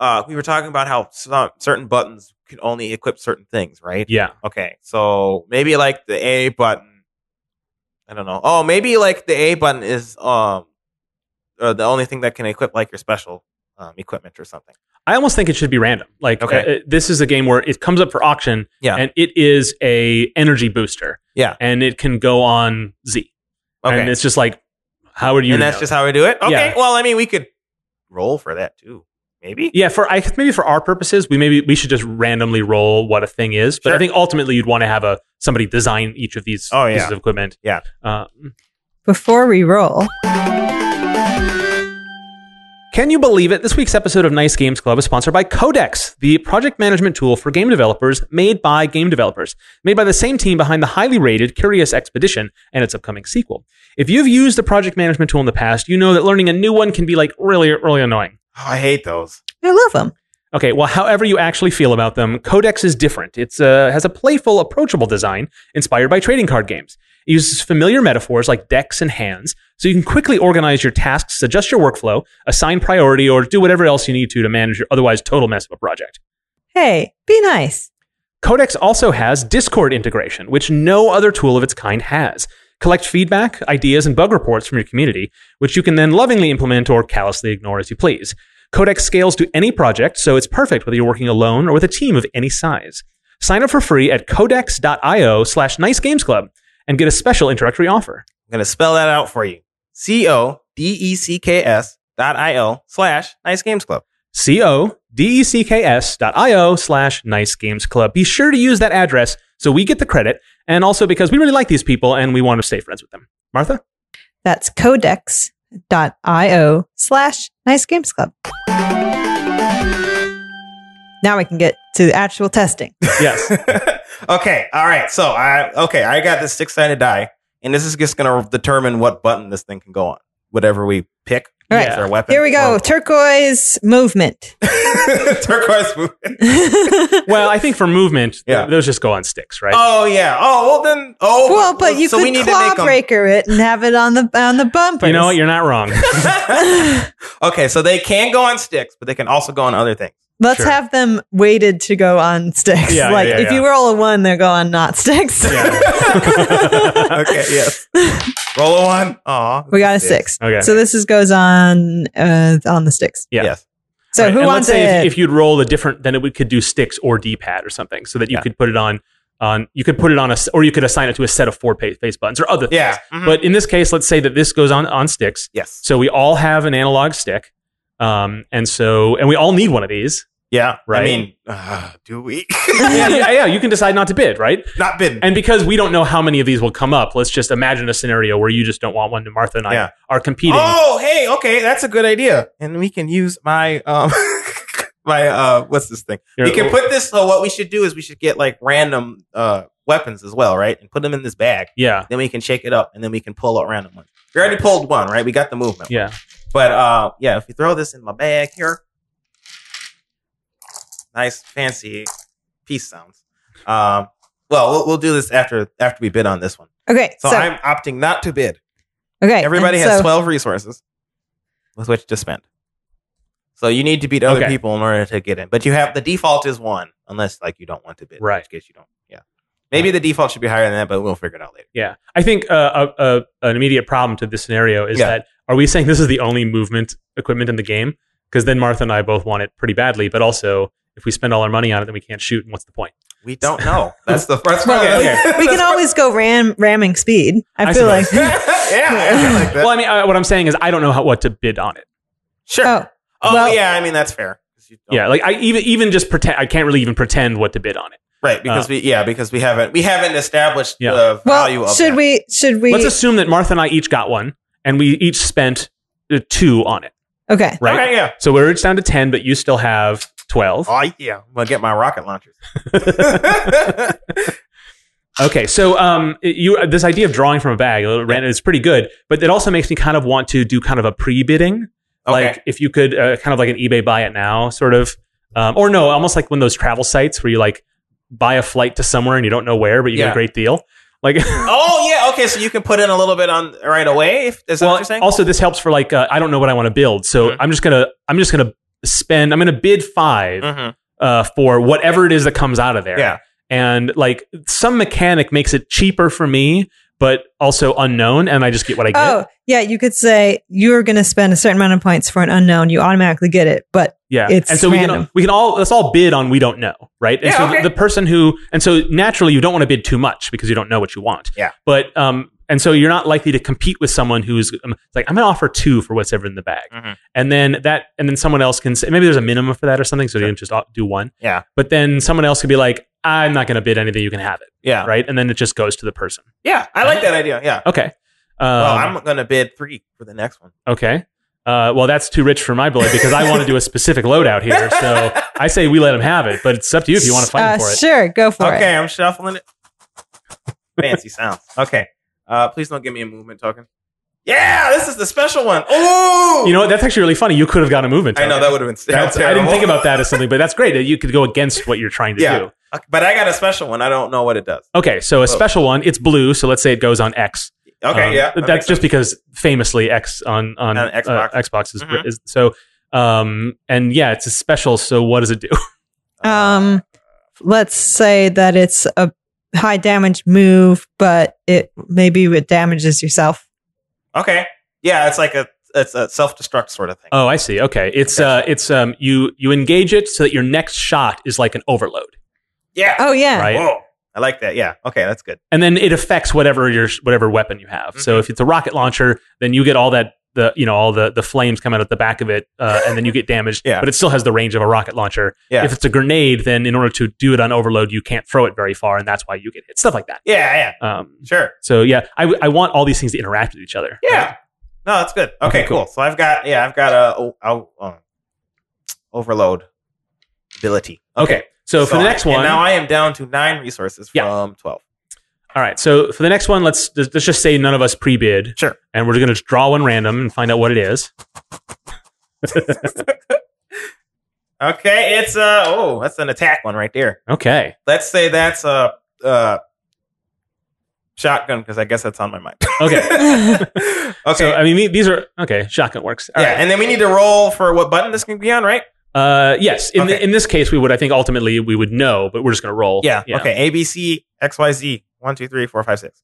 S2: uh, we were talking about how some certain buttons can only equip certain things, right?
S3: Yeah.
S2: Okay. So maybe like the A button. I don't know. Oh, maybe like the A button is um uh, the only thing that can equip like your special um, equipment or something.
S3: I almost think it should be random. Like,
S2: Okay.
S3: uh, uh, this is a game where it comes up for auction,
S2: Yeah.
S3: and it is a energy booster,
S2: Yeah.
S3: and it can go on Z,
S2: Okay.
S3: and
S2: And,
S3: it's just like, how would you?
S2: that's
S3: know?
S2: just how we do it. Okay.
S3: Yeah.
S2: Well, I mean, we could roll for that too. Maybe.
S3: yeah. For I maybe for our purposes, we maybe we should just randomly roll what a thing is, but I
S2: Sure.
S3: think ultimately you'd want to have a somebody design each of these
S2: Oh, yeah.
S3: pieces of equipment.
S2: Yeah.
S3: Uh,
S1: Before we roll,
S3: Can you believe it? This week's episode of Nice Games Club is sponsored by Codex, the project management tool for game developers made by game developers, made by the same team behind the highly rated Curious Expedition and its upcoming sequel. If you've used the project management tool in the past, you know that learning a new one can be like really, really annoying.
S2: Oh, I hate those.
S1: I love them.
S3: Okay, well, however you actually feel about them, Codex is different. It's uh, has a playful, approachable design inspired by trading card games. It uses familiar metaphors like decks and hands, so you can quickly organize your tasks, adjust your workflow, assign priority, or do whatever else you need to to manage your otherwise total mess of a project.
S1: Hey, be nice.
S3: Codex also has Discord integration, which no other tool of its kind has. Collect feedback, ideas, and bug reports from your community, which you can then lovingly implement or callously ignore as you please. Codex scales to any project, so it's perfect whether you're working alone or with a team of any size. Sign up for free at codex.io slash nicegamesclub and get a special introductory offer.
S2: I'm gonna spell that out for you. C O D E C K S dot I O slash Nice Games Club.
S3: E C-O-D-E-C-K-S dot I-O slash Nice Games Club. Be sure to use that address so we get the credit, and also because we really like these people and we want to stay friends with them. Martha?
S1: That's codex.io slash nice games club. Now we can get to the actual testing.
S3: Yes.
S2: okay, all right. So I okay, I got this six sided die, and this is just gonna determine what button this thing can go on. Whatever we pick
S1: All right.
S2: as our weapon.
S1: Here we go.
S2: or-
S1: Turquoise movement.
S2: turquoise. blue. Oh,
S1: well,
S3: well, I think for movement, th-
S2: Yeah.
S3: those just go on sticks, right?
S2: Oh yeah. Oh well then. Oh
S1: but you
S2: so we
S1: could
S2: need
S1: claw
S2: to make 'em-
S1: breaker it and have it on the on the bumper.
S3: you know what? You're not wrong.
S2: okay, so they can go on sticks, but they can also go on other things.
S1: Let's
S3: Sure.
S1: have them weighted to go on sticks.
S3: Yeah, yeah,
S1: like
S2: yeah,
S1: if
S2: yeah.
S1: you roll a one, they'll go on not sticks.
S2: okay, yes. Roll a one. Aw.
S1: we got a six.
S3: Okay.
S1: So this is goes on uh, on the sticks.
S3: Yeah.
S2: Yes.
S1: So
S3: Right,
S1: who
S3: and
S1: wants
S3: let's say
S1: it?
S3: if, if you'd roll a different, then it would, could do sticks or D pad or something, so that you
S2: Yeah.
S3: could put it on on you could put it on a s- or you could assign it to a set of four pa- face buttons or other things.
S2: Yeah. Mhm.
S3: But in this case, let's say that this goes on on sticks.
S2: yes.
S3: So we all have an analog stick, um, and so and we all need one of these.
S2: Yeah.
S3: Right.
S2: I mean, uh, do we?
S3: yeah, yeah, yeah. You can decide not to bid, right?
S2: Not been.
S3: And because we don't know how many of these will come up, let's just imagine a scenario where you just don't want one. And Martha and I
S2: Yeah.
S3: are competing.
S2: Oh, hey, okay, that's a good idea. And we can use my um my uh what's this thing?
S3: Your-
S2: we can put this so what we should do is we should get like random uh weapons as well, right? And put them in this bag.
S3: yeah,
S2: Then we can shake it up and then we can pull a random one. We already pulled one, right? We got the movement.
S3: yeah.
S2: But uh yeah, if you throw this in my bag here. Nice fancy peace sounds. Um well, we'll we'll do this after after we bid on this one.
S1: okay.
S2: So,
S1: So,
S2: I'm opting not to bid.
S1: okay.
S2: Everybody
S1: and
S2: has
S1: so-
S2: 12 resources with which to spend. So you need to beat other
S3: Okay.
S2: people in order to get in. But you have the default is one, unless like you don't want to bid. In
S3: Right.
S2: which case you don't. Yeah. Maybe the default should be higher than that, but we'll figure it out later.
S3: Yeah, I think uh, a, a, an immediate problem to this scenario is
S2: Yeah.
S3: that are we saying this is the only movement equipment in the game? Because then Martha and I both want it pretty badly, but also if we spend all our money on it, then we can't shoot, and what's the point?
S2: We don't know. That's the first one.
S3: Okay,
S2: okay.
S1: We can always go ram ramming speed. I,
S3: I
S1: feel like.
S3: suppose.
S2: yeah, I like that.
S3: Well, I mean, I, what I'm saying is I don't know how, what to bid on it.
S2: sure.
S1: Oh,
S2: Oh,
S1: well-
S2: yeah, I mean that's fair. 'Cause you don't-
S3: Yeah, like I even even just pretend I can't really even pretend what to bid on it.
S2: Right, because we yeah, because we haven't we haven't established
S3: uh, Yeah.
S2: the value
S1: well,
S2: of
S1: should
S2: that.
S1: we? Should we?
S3: Let's assume that Martha and I each got one, and we each spent uh, two on it,
S1: okay.
S3: right?
S2: Okay, yeah.
S3: So we're each down to ten, but you still have twelve.
S2: Oh yeah. I'm gonna get my rocket launchers.
S3: Okay, so um, it- you this idea of drawing from a bag uh, ran- is pretty good, but it also makes me kind of want to do kind of a pre bidding,
S2: okay.
S3: like if you could uh, kind of like an eBay buy it now sort of, um, or no, almost like one of those travel sites where you like buy a flight to somewhere and you don't know where, but you get
S2: Yeah.
S3: a great deal. Like,
S2: Oh yeah, okay. So you can put in a little bit on right away. If, is that what
S3: well,
S2: you're saying?
S3: also this helps for like uh, I don't know what I want to build, so
S2: Mhm.
S3: I'm just gonna I'm just gonna spend I'm gonna bid 5
S2: Mhm.
S3: uh, for whatever it is that comes out of there.
S2: Yeah.
S3: and like some mechanic makes it cheaper for me but also unknown and i just get what i get
S1: Oh, yeah. You could say you're going to spend a certain amount of points for an unknown. You automatically get it, but
S3: yeah
S1: it's
S3: and so we can,
S1: random.
S3: we can all let's all bid on we don't know right and
S2: Yeah,
S3: so
S2: okay.
S3: the person who and so naturally you don't want to bid too much because you don't know what you want
S2: Yeah.
S3: but um and so you're not likely to compete with someone who's um, it's like i'm gonna offer two for what's ever in the bag
S2: Mhm.
S3: and then that and then someone else can say maybe there's a minimum for that or something so you
S2: Sure.
S3: can just o- do one
S2: Yeah.
S3: but then someone else could be like i'm not gonna bid anything you can have it
S2: Yeah.
S3: right and then it just goes to the person
S2: Yeah. I like that idea. Yeah.
S3: okay um,
S2: well, I'm gonna bid three for the next one.
S3: Okay. Uh, well, that's too rich for my blood because I want to do a specific loadout here. So I say we let him have it, but it's up to you if you want to fight
S1: uh,
S3: him for it.
S1: Sure, go for it.
S2: Okay, I'm shuffling it. Fancy sounds. Okay. Uh, please don't give me a movement token. Yeah, this is the special one. Ooh.
S3: You know what? That's actually really funny. You could have gotten a movement.
S2: I know
S3: token.
S2: that would have been.
S3: That's, I didn't think about that as something, but that's great. that You could go against what you're trying to
S2: Yeah.
S3: do.
S2: that. But I got a special one. I don't know what it does.
S3: Okay, so a special one. It's blue, so let's say it goes on X.
S2: Okay.
S3: Um,
S2: yeah. that
S3: that's
S2: makes
S3: just because famously X on on
S2: On
S3: Xbox,
S2: Xbox.
S3: Xbox is,
S2: Mhm.
S3: is so. Um, and yeah, it's a special. So what does it do?
S2: sense.
S1: Um, let's say that it's a high damage move, but it maybe it damages yourself.
S2: okay. Yeah, it's like a it's a self destruct sort of thing.
S3: Oh, I see. Okay, it's uh, it's um, you you engage it so that your next shot is like an overload.
S2: yeah.
S1: Oh yeah,
S3: Right.
S2: Whoa. I like that. Yeah. Okay, that's good.
S3: and then it affects whatever your whatever weapon you have.
S2: Mm-hmm.
S3: So if it's a rocket launcher, then you get all that the you know all the the flames come out at the back of it, uh, and then you get damaged.
S2: Yeah.
S3: But it still has the range of a rocket launcher.
S2: Yeah.
S3: If it's a grenade, then in order to do it on overload, you can't throw it very far, and that's why you get hit. Stuff like that.
S2: Yeah. Yeah.
S3: Um,
S2: Sure.
S3: so yeah, I, w- I want all these things to interact with each other.
S2: Yeah. No, that's good. Okay,
S3: Okay, cool.
S2: cool. So I've got yeah, I've got a o- o- um, overload ability.
S3: Okay. So, for the
S2: I-
S3: next one,
S2: and now I am down to nine resources
S3: Yeah.
S2: from twelve.
S3: all right. So for the next one, let's let's just say none of us pre bid,
S2: Sure.
S3: and we're going to draw one random and find out what it is.
S2: Okay, it's uh oh, that's an attack one right there.
S3: Okay.
S2: Let's say that's a uh shotgun because I guess that's on my mind.
S3: Okay.
S2: okay.
S3: So I mean, these are okay. Shotgun works. All
S2: yeah,
S3: right.
S2: and then we need to roll for what button this can be on, right?
S3: Uh, yes. In the,
S2: Okay.
S3: in this case, we would. I think ultimately we would know, but we're just gonna roll.
S2: Yeah. Okay. A B C X Y Z one two three four five six.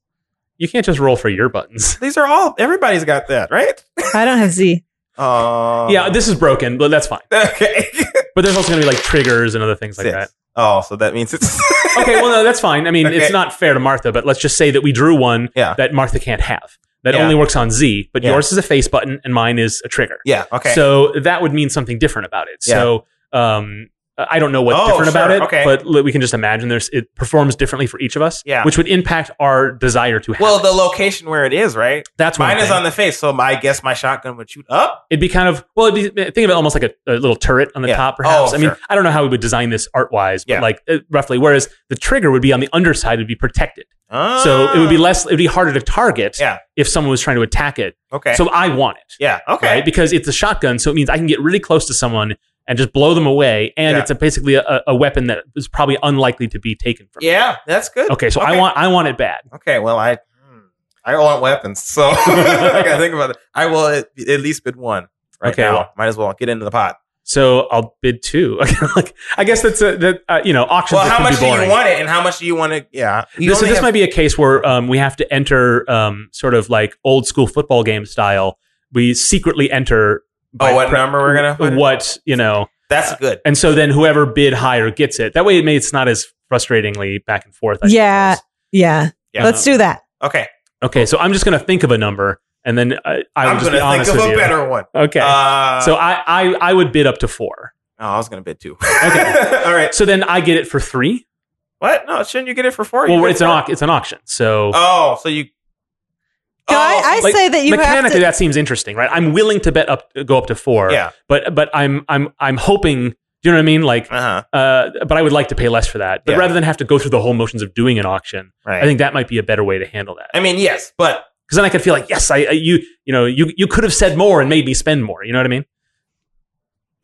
S3: You can't just roll for your buttons.
S2: These are all. Everybody's got that, right?
S1: I don't have Z.
S2: Uh,
S3: yeah, this is broken, but that's fine.
S2: okay.
S3: But there's also gonna be like triggers and other things like
S2: Six.
S3: that.
S2: Oh, so that means it's
S3: Okay. Well, no, that's fine. I mean, it's
S2: Okay.
S3: not fair to Martha, but let's just say that we drew one
S2: Yeah.
S3: that Martha can't have. That
S2: Yeah.
S3: only works on Z, but
S2: Yeah.
S3: yours is a face button and mine is a trigger.
S2: yeah. Okay.
S3: So that would mean something different about it. So um, I don't know what's
S2: Oh,
S3: different about
S2: sure.
S3: it,
S2: Okay.
S3: but li- we can just imagine there's it performs differently for each of us,
S2: Yeah.
S3: which would impact our desire to have.
S2: well,
S3: it.
S2: the location where it is, right?
S3: that's one
S2: Mine is
S3: thing.
S2: on the face, so my, I guess my shotgun would shoot up.
S3: It'd be kind of well. It'd be, think of it almost like a, a little turret on the
S2: Yeah.
S3: top, perhaps.
S2: Oh,
S3: I mean,
S2: sure.
S3: I don't know how we would design this art wise, but
S2: Yeah.
S3: like uh, roughly. Whereas the trigger would be on the underside, would be protected, so it would be less. It would be harder to target
S2: Yeah.
S3: if someone was trying to attack it.
S2: Ah, okay.
S3: So I want it.
S2: yeah. Okay.
S3: right? Because it's a shotgun, so it means I can get really close to someone and just blow them away. And
S2: Yeah.
S3: it's a, basically a, a weapon that is probably unlikely to be taken from. me.
S2: Yeah, that's good.
S3: Okay, so I
S2: Okay.
S3: want I want it bad.
S2: Okay, well, I hmm, I want weapons, so I gotta think about it. I will at, at least bid one right
S3: Okay,
S2: now.
S3: well-
S2: Might as well get into the pot.
S3: So I'll bid two. like I guess that's a, that uh, you know auctions.
S2: well,
S3: that
S2: how
S3: can
S2: much
S3: be
S2: do
S3: boring.
S2: you want it, and how much do you want to? Yeah, you
S3: This, so
S2: only
S3: this
S2: have-
S3: might be a case where um, we have to enter um, sort of like old school football game style. We secretly enter. by
S2: Oh, what
S3: pre-
S2: number we're gonna? put it?
S3: What you know,
S2: That's good.
S3: and so then whoever bid higher gets it. That way, it may, it's not as frustratingly back and forth. I
S1: Yeah.
S3: suppose.
S1: Yeah.
S2: Yeah.
S1: Let's do that.
S2: Okay,
S3: Okay, so I'm just gonna think of a number, and then I, I will
S2: I'm
S3: just be
S2: gonna
S3: honest
S2: think of
S3: with
S2: a
S3: you.
S2: better one.
S3: Okay,
S2: Uh,
S3: so I, I I would bid up to four.
S2: oh, I was gonna bid two.
S3: Okay.
S2: all right.
S3: So then I get it for three.
S2: What? No, shouldn't you get it for four? You
S3: Well,
S2: bid
S3: it's an
S2: four.
S3: au- it's an auction, so
S2: Oh, so you.
S1: No,
S2: Oh,
S1: I, I
S2: so-
S3: like,
S1: say that you have
S3: mechanically
S1: to.
S3: that seems interesting, right? I'm willing to bet up go up to four.
S2: yeah.
S3: but but I'm I'm I'm hoping. Do you know what I mean? Like,
S2: Uh huh.
S3: uh, but I would like to pay less for that. But
S2: Yeah.
S3: rather than have to go through the whole motions of doing an auction,
S2: Right.
S3: I think that might be a better way to handle that.
S2: I mean, yes, but
S3: Because then I could feel like, yes, I, I you you know you you could have said more and made me spend more. You know what I mean?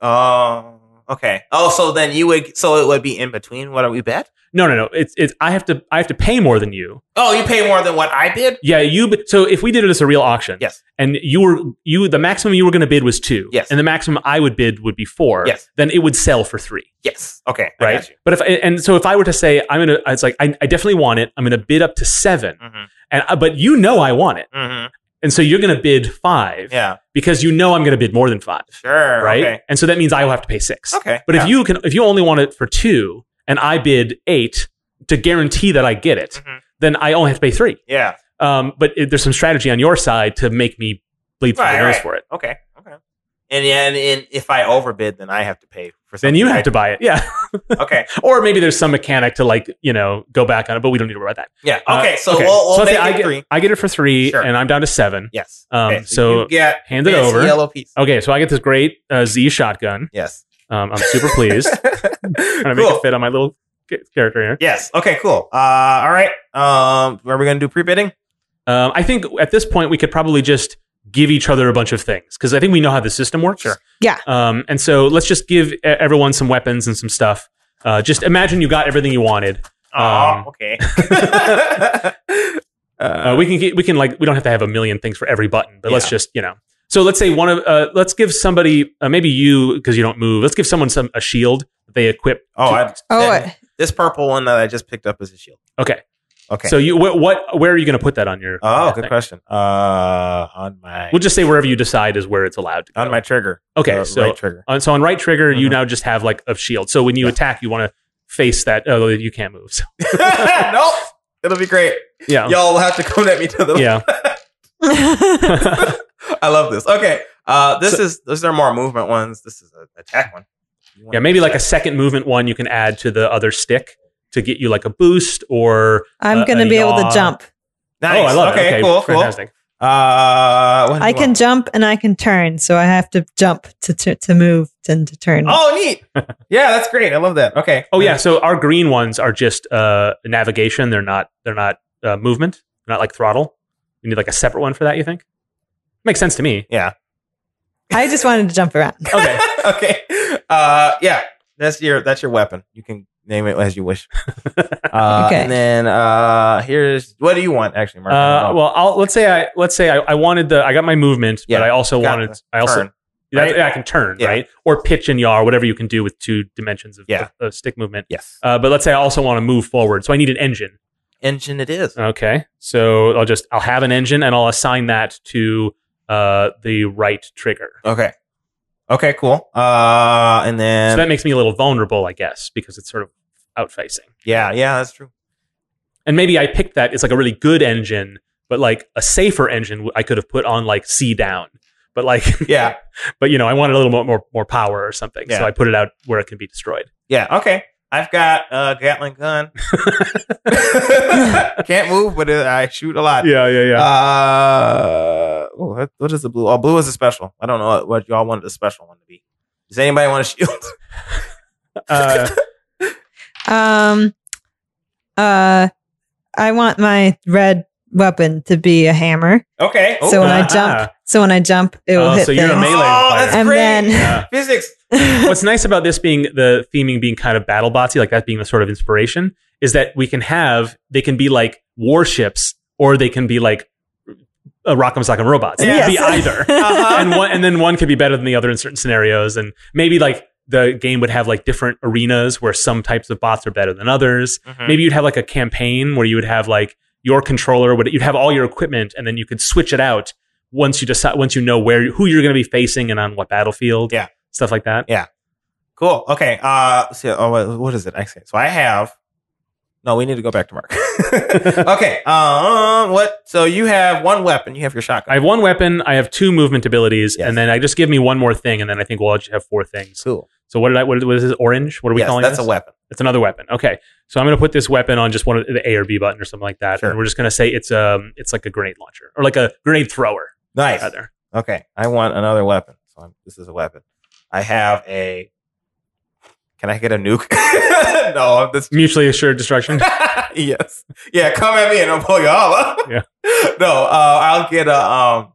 S2: oh, okay. Oh, so then you would. So it would be in between. What do we bet?
S3: No, no, no. It's it's I have to I have to pay more than you.
S2: Oh, you pay more than what I bid?
S3: Yeah, you. b- So if we did it as a real auction,
S2: Yes.
S3: and you were you the maximum you were going to bid was two,
S2: Yes.
S3: and the maximum I would bid would be four,
S2: Yes.
S3: then it would sell for three,
S2: Yes. Okay. I
S3: right?
S2: got you.
S3: But if I- and so if I were to say I'm gonna, it's like I, I definitely want it. I'm gonna bid up to seven,
S2: Mm-hmm.
S3: and I- but you know I want it,
S2: Mm-hmm.
S3: and so you're gonna bid five
S2: Yeah.
S3: because you know I'm gonna bid more than five,
S2: Sure.
S3: right?
S2: Okay.
S3: And so that means I will have to pay six.
S2: Okay.
S3: But
S2: yeah.
S3: if you can, if you only want it for two, and I bid eight to guarantee that I get it,
S2: Mhm.
S3: then I only have to pay three.
S2: Yeah.
S3: Um, but it, there's some strategy on your side to make me bleed through
S2: Right,
S3: the nose
S2: right.
S3: for it.
S2: Okay. Okay. And and, and if I overbid, then I have to pay for something.
S3: Then you have to buy it. Yeah.
S2: to. Okay.
S3: or maybe there's some mechanic to like, you know, go back on it, but we don't need to worry about that.
S2: Yeah.
S3: Uh,
S2: Okay. so we'll, we'll
S3: let's say
S2: make
S3: I
S2: it
S3: get,
S2: three.
S3: I get it for three
S2: Sure.
S3: and I'm down to seven.
S2: Yes.
S3: Um,
S2: okay.
S3: so
S2: you get
S3: Hand it
S2: this
S3: over. Oh.
S2: yellow piece.
S3: Okay. So I get this great uh, Z shotgun.
S2: Yes.
S3: Um, I'm super pleased. Trying to make
S2: cool.
S3: it fit on my little ca- character here.
S2: Yes. Okay. Cool. Uh, all right. Um, are we gonna do pre-bidding?
S3: Um, I think at this point we could probably just give each other a bunch of things because I think we know how the system works.
S2: Sure.
S1: Yeah.
S3: Um, and so let's just give e- everyone some weapons and some stuff. Uh, just imagine you got everything you wanted.
S2: Aw,
S3: Um,
S2: okay.
S3: Uh, we can get, we can like we don't have to have a million things for every button, but let's
S2: Yeah.
S3: just you know. So let's say one of uh, let's give somebody uh, maybe you because you don't move. Let's give someone some a shield that they equip.
S2: oh, I,
S1: Oh,
S2: then
S1: I-
S2: this purple one that I just picked up is a shield.
S3: Okay.
S2: Okay.
S3: So you wh- what where are you going to put that on your?
S2: Oh,
S3: your
S2: good
S3: thing?
S2: question. Uh, on my
S3: We'll just say wherever you decide is where it's allowed. To go.
S2: on my trigger.
S3: Okay,
S2: Uh,
S3: so-
S2: right trigger.
S3: on, so on right trigger you
S2: Mhm.
S3: now just have like a shield. So when you
S2: Yeah.
S3: attack, you want to face that. Oh, you can't move. So,
S2: nope, it'll be great.
S3: yeah.
S2: Y'all will have to come at me to the.
S3: Um, Yeah.
S2: I love this. Okay, uh, this
S3: So-
S2: is these are more movement ones. This is an attack one. You want-
S3: yeah. Maybe like a second movement one you can add to the other stick to get you like a boost or.
S1: I'm
S3: Uh,
S1: going to
S3: a
S1: be able to
S3: yaw.
S1: jump.
S2: Nice.
S3: Oh, I love
S2: okay,
S3: it. Okay.
S2: cool, cool.
S3: Fantastic.
S2: Uh, what do
S1: I
S2: you
S1: can
S2: want?
S1: jump and I can turn. So I have to jump to, to, to move and to turn.
S2: Oh, neat. yeah, that's great. I love that. Okay.
S3: Oh yeah, so our green ones are just uh, navigation. They're not. They're not uh, movement. They're not like throttle. You need like a separate one for that. You think? Makes sense to me.
S1: I just wanted to jump around.
S3: Okay.
S2: okay. Uh, yeah, that's your that's your weapon. You can name it as you wish. Uh,
S1: Okay.
S2: And then uh, here's what do you want actually, Mark? I
S3: Uh,
S2: don't know.
S3: well, I'll, let's say I let's say I, I wanted the I got my movement,
S2: Yeah,
S3: but I also
S2: got
S3: wanted
S2: the
S3: I also
S2: Turn.
S3: That's-
S2: Right?
S3: yeah, I can turn,
S2: Yeah.
S3: right? Or pitch and yaw, or whatever you can do with two dimensions of,
S2: Yeah.
S3: of- of stick movement.
S2: Yes.
S3: Uh, but let's say I also want to move forward, so I need an engine.
S2: Engine it is.
S3: Okay, so I'll just I'll have an engine and I'll assign that to uh, the right trigger.
S2: Okay. Okay, cool. Uh, and then
S3: so that makes me a little vulnerable, I guess, because it's sort of out facing.
S2: yeah, yeah, that's true.
S3: And maybe I picked that. It's like a really good engine, but like a safer engine, w- I could have put on like C down. But like,
S2: Yeah.
S3: but you know, I wanted a little more more, more power or something, so
S2: Yeah.
S3: I put it out where it can be destroyed.
S2: Yeah. Okay. I've got a uh, Gatling gun. Can't move, but it, I shoot a lot.
S3: Yeah, yeah, yeah.
S2: Uh, oh, what- what is the blue? Oh, blue is a special. I don't know what, what y'all wanted the special one to be. Does anybody want a shield?
S3: Uh,
S1: Um, uh, I want my red weapon to be a hammer.
S2: okay.
S1: So when I
S3: Ah.
S1: jump, so when I jump, it will
S3: Oh,
S1: hit
S3: so you're
S1: things.
S3: a melee
S2: Oh,
S3: player.
S2: that's
S1: And
S2: great.
S1: then-
S3: Yeah.
S2: Physics.
S3: What's nice about this being the theming being kind of battle botsy, like that being the sort of inspiration, is that we can have they can be like warships or they can be like uh, Rock'em Sock'em robots. It
S2: Yes.
S3: can be either.
S2: Uh-huh.
S3: and one and then one could be better than the other in certain scenarios and maybe like the game would have like different arenas where some types of bots are better than others
S2: Mhm.
S3: maybe you'd have like a campaign where you would have like your controller would you'd have all your equipment and then you could switch it out once you decide once you know where who you're going to be facing and on what battlefield
S2: Yeah.
S3: stuff like that
S2: Cool. Okay. Uh, so, oh, what- what is it? I say. So I have. No, we need to go back to Mark. okay. Um, what? So you have one weapon. You have your
S3: i
S2: shotgun.
S3: have one weapon i have two movement abilities
S2: Yes.
S3: and then i just give me one more thing and then i think we'll just have four things
S2: cool.
S3: so what did i what, what is this orange what are we
S2: yes,
S3: calling
S2: that's
S3: this?
S2: a weapon.
S3: It's another weapon. Okay. So I'm going to put this weapon on just one of the A or B button or something like that.
S2: Sure.
S3: And we're just going to say it's um it's like a grenade launcher or like a grenade thrower
S2: Nice.
S3: rather.
S2: Okay. I want another weapon. So I'm, this is a weapon. I have a. Can I get a nuke? no, this.
S3: Mutually assured destruction.
S2: yes. Yeah. Come at me and I'll pull you all up.
S3: Yeah.
S2: No. Uh, I'll get a um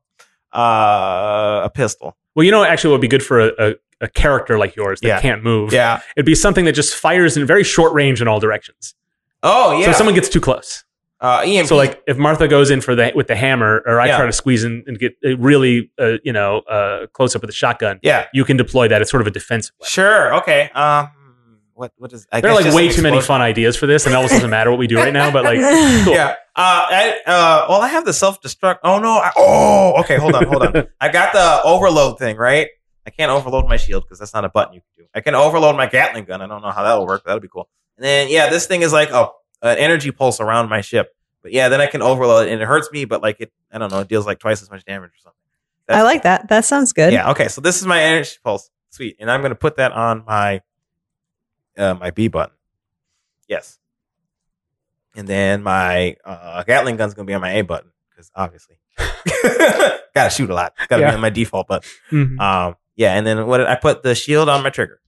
S2: uh a pistol.
S3: well, you know, actually, what would be good for a, a, a character like yours that
S2: Yeah.
S3: can't move.
S2: Yeah.
S3: It'd be something that just fires in very short range in all directions.
S2: Oh yeah.
S3: So if someone gets too close.
S2: uh, EMP.
S3: So like if Martha goes in for the with the hammer, or I
S2: Yeah.
S3: try to squeeze in and get a really uh, you know uh, close up with a shotgun,
S2: yeah.
S3: you can deploy that. It's sort of a defensive weapon.
S2: Sure. Okay. Um. What? What is? I
S3: There
S2: guess
S3: are like
S2: just
S3: way
S2: an
S3: too many
S2: explosion.
S3: fun ideas for this, and it almost doesn't matter what we do right now. But like, cool.
S2: Yeah. Uh. I, uh. Well, I have the self destruct. Oh no. I, oh. Okay. Hold on. Hold on. I got the overload thing right. I can't overload my shield because that's not a button you can do. I can overload my Gatling gun. I don't know how that will work. That'll be cool. And then yeah, this thing is like a an energy pulse around my ship. But yeah, then I can overload it and it hurts me, but like it, I don't know, it deals like twice as much damage or something.
S1: I like that. That sounds good.
S2: Yeah. Okay. So this is my energy pulse. Sweet. And I'm going to put that on my uh, my B button. Yes. And then my uh, Gatling gun's going to be on my A button because obviously, got to shoot a lot. Got to
S3: Yeah.
S2: be on my default button.
S3: Mhm.
S2: Um, yeah, and then what did I put the shield on my trigger?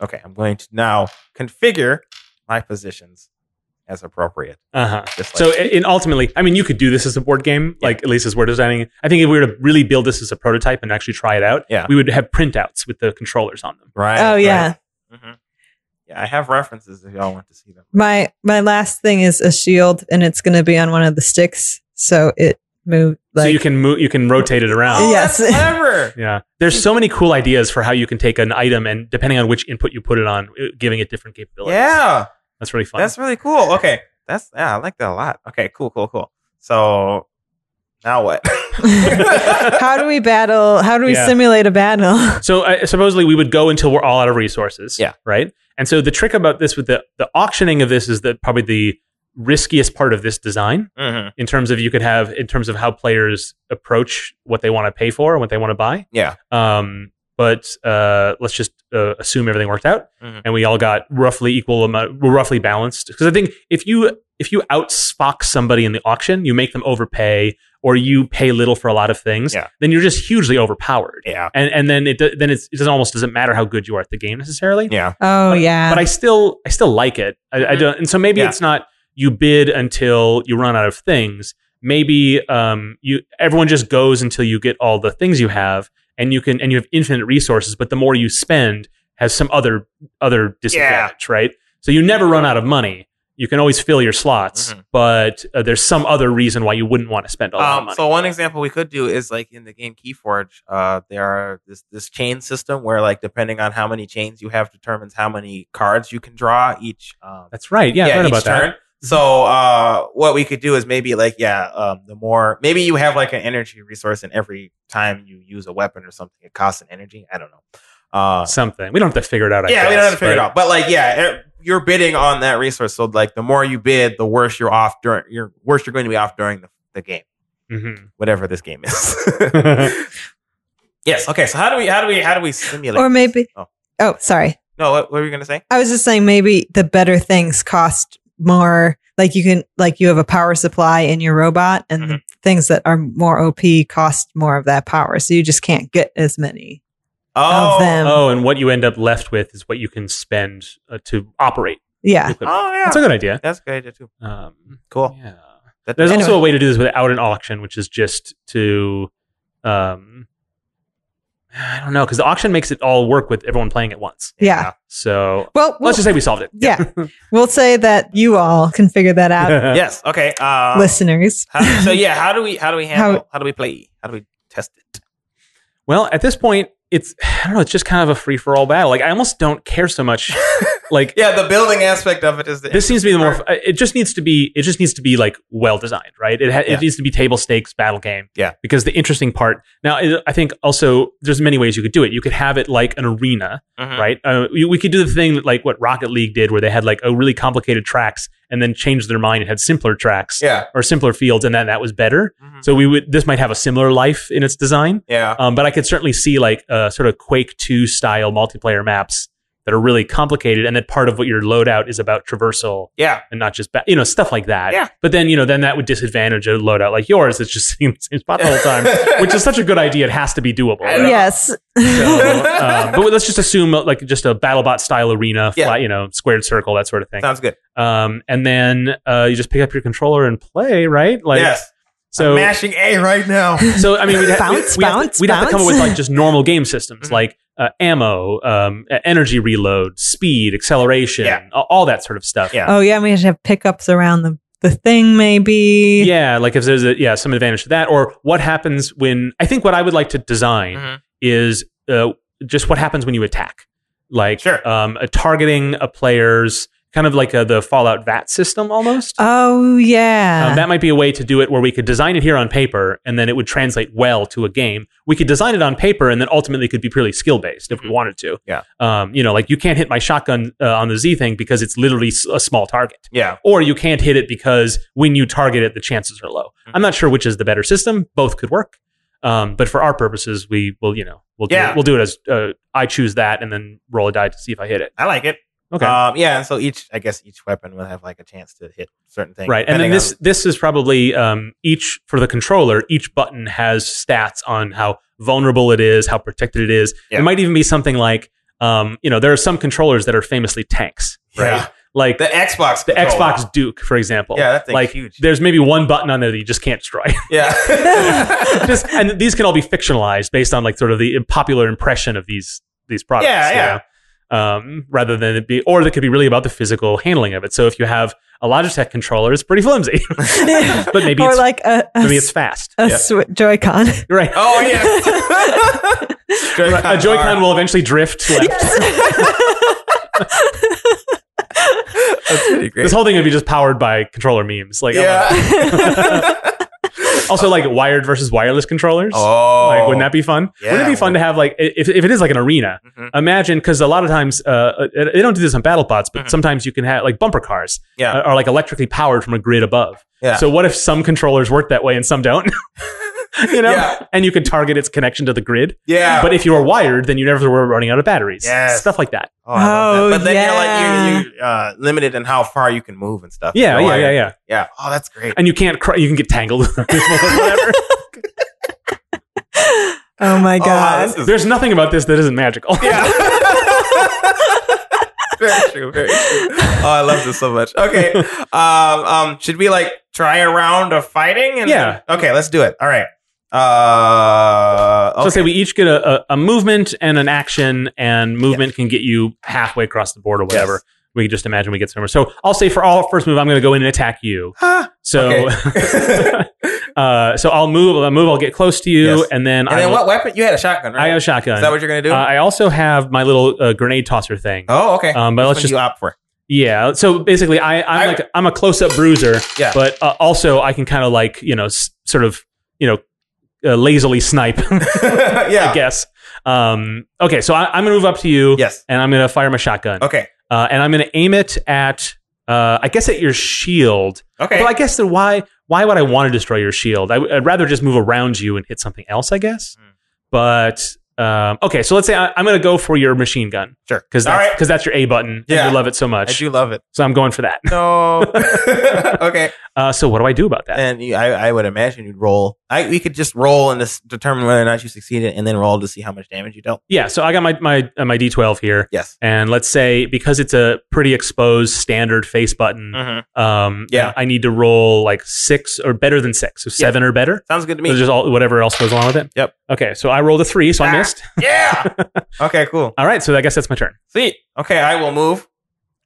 S2: Okay, I'm going to now configure my positions as appropriate.
S3: Uh-huh.
S2: Just
S3: So
S2: like-
S3: i- in ultimately, I mean, you could do this as a board game,
S2: Yeah.
S3: like at least as we're designing it. I think if we were to really build this as a prototype and actually try it out,
S2: Yeah.
S3: we would have printouts with the controllers on them.
S2: right.
S1: Oh yeah.
S2: hmm Yeah, I have references if y'all want to see them.
S1: My my last thing is a shield, and it's going to be on one of the sticks, so it moved. Like,
S3: so you can move, you can rotate it around.
S2: Oh,
S1: Yeah.
S2: that's
S1: Yes.
S2: clever.
S3: Yeah. There's so many cool ideas for how you can take an item and depending on which input you put it on, i- giving it different capabilities.
S2: Yeah,
S3: That's really fun.
S2: that's really cool. Okay, that's yeah, I like that a lot. Okay, cool, cool, cool. So now what?
S1: how do we battle? How do we
S3: Yeah.
S1: simulate a battle?
S3: so uh, supposedly we would go until we're all out of resources.
S2: Yeah.
S3: Right. And so the trick about this with the, the auctioning of this is that probably the riskiest part of this design.
S2: Mhm.
S3: in terms of you could have in terms of how players approach what they want to pay for and what they want to buy.
S2: Yeah.
S3: Um, but uh, let's just uh, assume everything worked out
S2: Mhm.
S3: and we all got roughly equal amount, we're roughly balanced. Because I think if you if you outspock somebody in the auction, you make them overpay or you pay little for a lot of things,
S2: Yeah.
S3: then you're just hugely overpowered.
S2: Yeah,
S3: And and then it do- then it's, it doesn't almost doesn't matter how good you are at the game necessarily
S2: yeah,
S1: Oh yeah.
S3: but I still I still like it. I, I
S2: Mhm.
S3: don't, and so maybe
S2: Yeah.
S3: it's not you bid until you run out of things. Maybe um, you everyone just goes until you get all the things you have, and you can and you have infinite resources. But the more you spend, has some other other disadvantage, right? So you never run out of money. You can always fill your slots,
S2: Mhm.
S3: but uh, there's some other reason why you wouldn't want to spend a lot of
S2: Um,
S3: money.
S2: so one example we could do is like in the game Keyforge, uh, there are this this chain system where like depending on how many chains you have determines how many cards you can draw each. Um,
S3: That's right. Yeah, I heard
S2: each
S3: about that.
S2: turn. So uh, what we could do is maybe like yeah, um, the more maybe you have like an energy resource, and every time you use a weapon or something, it costs an energy. I don't know. Uh,
S3: Something. We don't have to figure it out. I
S2: yeah, we don't
S3: guess,
S2: have to figure it
S3: but-
S2: out. But like, yeah, it- you're bidding on that resource. So like, the more you bid, the worse you're off during. You're worse you're going to be off during the, the game,
S3: Mhm.
S2: whatever this game is. yes. Okay. So how do we how do we how do we simulate?
S1: Or maybe.
S2: Oh.
S1: Oh. sorry.
S2: no, what, what were you going to say?
S1: I was just saying maybe the better things cost more. Like you can, like you have a power supply in your robot, and
S3: Mm-hmm.
S1: the things that are more OP cost more of that power. So you just can't get as many
S2: Oh.
S1: of them.
S3: Oh, and what you end up left with is what you can spend uh, to operate.
S1: Yeah.
S3: Equipment.
S2: Oh yeah.
S3: That's a good idea.
S2: That's a good idea too.
S3: Um,
S2: Cool.
S3: Yeah.
S2: That-
S3: There's
S1: Anyway.
S3: also a way to do this without an auction, which is just to, um, I don't know, because the auction makes it all work with everyone playing at once.
S1: Yeah.
S3: So
S1: Well, we'll,
S3: let's just say we solved it.
S1: yeah. we'll say that you all can figure that out,
S3: yeah.
S2: Yes. Okay. Uh,
S1: listeners.
S2: how- so yeah, how do we how do we handle how,
S1: How-
S2: do we play? How do we test it?
S3: Well, at this point, it's I don't know. It's just kind of a free for all battle. Like I almost don't care so much. like
S2: Yeah, the building aspect of it is the
S3: this seems to be the more. uh, It just needs to be. It just needs to be like well designed, right? It ha-
S2: Yeah.
S3: it needs to be table stakes battle game.
S2: Yeah.
S3: Because the interesting part now, I- I think also there's many ways you could do it. You could have it like an arena,
S2: Mhm.
S3: right? Uh, you- we could do the thing that like what Rocket League did, where they had like a really complicated tracks and then changed their mind and had simpler tracks
S2: Yeah.
S3: or simpler fields, and then that was better.
S2: Mhm.
S3: So we would. This might have a similar life in its design.
S2: Yeah.
S3: Um, but I could certainly see like uh, sort of Quake 2 style multiplayer maps that are really complicated and that part of what your loadout is about traversal
S2: Yeah.
S3: and not just, ba- you know, stuff like that.
S2: Yeah.
S3: But then, you know, then that would disadvantage a loadout like yours that's just sitting in the same spot the whole time, which is such a good idea. It has to be doable.
S2: I don't-
S1: Yes.
S3: So, um, but let's just assume uh, like just a BattleBot style arena,
S2: Yeah.
S3: flat, you know, squared circle, that sort of thing.
S2: sounds good.
S3: Um, and then uh, you just pick up your controller and play, right? Like,
S2: yes.
S3: so
S2: I'm mashing A right now.
S3: So I mean, we'd, ha-
S1: Bounce,
S3: we'd, we'd, have,
S1: bounce,
S3: to, we'd have to come up with
S1: bounce.
S3: like just normal game systems
S2: Mhm.
S3: like uh, ammo, um, e- energy reload, speed, acceleration,
S2: Yeah.
S3: a- all that sort of stuff.
S2: Yeah.
S1: Oh yeah, we should have pickups around the the thing maybe.
S3: Yeah, like if there's a, yeah some advantage to that, or what happens when I think what I would like to design
S2: Mhm.
S3: is uh, just what happens when you attack, like
S2: Sure.
S3: um, a targeting a player's kind of like a, the Fallout VAT system almost.
S1: Oh yeah.
S2: Uh-huh.
S3: Um, that might be a way to do it where we could design it here on paper and then it would translate well to a game. We could design it on paper and then ultimately it could be purely skill based if we
S2: Mhm.
S3: wanted to.
S2: Yeah.
S3: Um, you know, like you can't hit my shotgun uh, on the Z thing because it's literally s- a small target,
S2: Yeah.
S3: or you can't hit it because when you target it, the chances are low.
S2: Mm-hmm.
S3: I'm not sure which is the better system. Both could work. Um, but for our purposes, we will, you know, we'll do,
S2: Yeah.
S3: it, we'll do it as uh, I choose that and then roll a die to see if I hit it.
S2: I like it.
S3: Okay.
S2: Um, yeah, and so each, I guess, each weapon will have like a chance to hit certain things.
S3: right and then
S2: depending
S3: this
S2: on-
S3: this is probably um, each for the controller each button has stats on how vulnerable it is how protected it is
S2: Yeah.
S3: it might even be something like um, you know there are some controllers that are famously tanks right
S2: Yeah.
S3: like
S2: the Xbox,
S3: the
S2: controller.
S3: xbox duke for example
S2: Yeah, that thing's
S3: like
S2: huge.
S3: there's maybe one button on there that you just can't destroy
S2: Yeah.
S3: Just- and these can all be fictionalized based on like sort of the popular impression of these these products.
S2: Yeah,
S3: you
S2: yeah.
S3: know? Um, rather than it be, or that could be really about the physical handling of it. So if you have a Logitech controller, it's pretty flimsy, but
S2: Oh,
S3: maybe
S1: or
S3: it's
S1: like a, a,
S3: maybe
S1: s-
S3: it's fast.
S1: a
S2: yeah.
S1: swi- Joy-Con.
S3: You're Right.
S2: oh yes. Joy-Con
S3: A Joy-Con
S2: are-
S3: will eventually drift left.
S1: Oh
S2: That's pretty great.
S3: This whole thing would be just powered by controller memes. Like I love it.
S2: yeah.
S3: also like wired versus wireless controllers.
S2: oh,
S3: Like, wouldn't that be fun?
S2: Yeah.
S3: Wouldn't it be fun to have like i- if, if it is like an arena?
S2: Mhm.
S3: Imagine because a lot of times uh, uh, they don't do this on battle pots, but
S2: Mhm.
S3: sometimes you can have like bumper cars
S2: Yeah.
S3: uh, are like electrically powered from a grid above.
S2: Yeah.
S3: So what if some controllers work that way and some don't? you know,
S2: Yeah.
S3: and you could target its connection to the grid.
S2: yeah.
S3: But if you are wired, then you never were running out of batteries.
S2: Yes.
S3: Stuff like that.
S2: oh, I love that.
S1: Oh,
S2: but then you're
S1: yeah.
S2: like you you uh, limited in how far you can move and stuff.
S3: Yeah,
S2: You know,
S3: yeah,
S2: like-
S3: yeah, yeah.
S2: yeah. Oh, that's great.
S3: And you can't cry. You can get tangled. Whatever.
S1: oh my
S2: Oh, wow,
S1: god.
S2: this is-
S3: There's nothing about this that isn't magical.
S2: Yeah. very true. Very true. Oh, I love this so much. Okay. Um, um, should we like try a round of fighting? And
S3: Yeah.
S2: okay, let's do it. All right. Uh,
S3: So
S2: okay.
S3: say we each get a, a, a movement and an action, and movement can get you halfway across the board or whatever. We could just imagine we get somewhere. So I'll say for all first move, I'm going to go in and attack you.
S2: Ah,
S3: So,
S2: okay.
S3: uh, so I'll move. I'll move. I'll get close to you,
S2: Yes.
S3: and then
S2: and
S3: I
S2: then
S3: will-
S2: what weapon? You had a shotgun, right?
S3: I have a shotgun.
S2: Is that what you're gonna do?
S3: Uh, I also have my little uh, grenade tosser thing.
S2: oh, okay.
S3: Um, but
S2: Which
S3: let's
S2: one
S3: just
S2: do you opt for.
S3: yeah. So basically, I I'm
S2: I-
S3: like I'm a close up bruiser.
S2: Yeah.
S3: But uh, also, I can kind of like you know s- sort of you know uh, lazily snipe. I
S2: yeah.
S3: guess. Um, okay, so I, I'm gonna move up to you,
S2: Yes.
S3: and I'm gonna fire my shotgun,
S2: Okay.
S3: uh, and I'm gonna aim it at, uh, I guess, at your shield.
S2: Okay.
S3: Well, I guess then why why would I want to destroy your shield? I, would rather just move around you and hit something else, I guess.
S2: Hmm.
S3: But um, okay, so let's say I, I'm gonna go for your machine gun
S2: sure.
S3: because
S2: all
S3: that's
S2: right.
S3: because that's your A button.
S2: Yeah.
S3: and you love it so
S2: I
S3: much.
S2: do love it.
S3: So I'm going for that.
S2: No. okay.
S3: Uh, so what do I do about that?
S2: And you, I, I would imagine you'd roll. I, we could just roll and just determine whether or not you succeeded, and then roll to see how much damage you dealt.
S3: yeah, so I got my my uh, my D12 here,
S2: Yes.
S3: and let's say because it's a pretty exposed standard face button.
S2: Mm-hmm.
S3: Um,
S2: Yeah.
S3: I need to roll like six or better than six, so
S2: Yeah.
S3: seven or better.
S2: Sounds good to
S3: So
S2: me.
S3: just all whatever else goes along with it.
S2: Yep.
S3: Okay, so I rolled a three, so
S2: Ah.
S3: I missed.
S2: yeah. Okay. Cool.
S3: All right, so I guess that's my turn.
S2: See. Okay. I will move.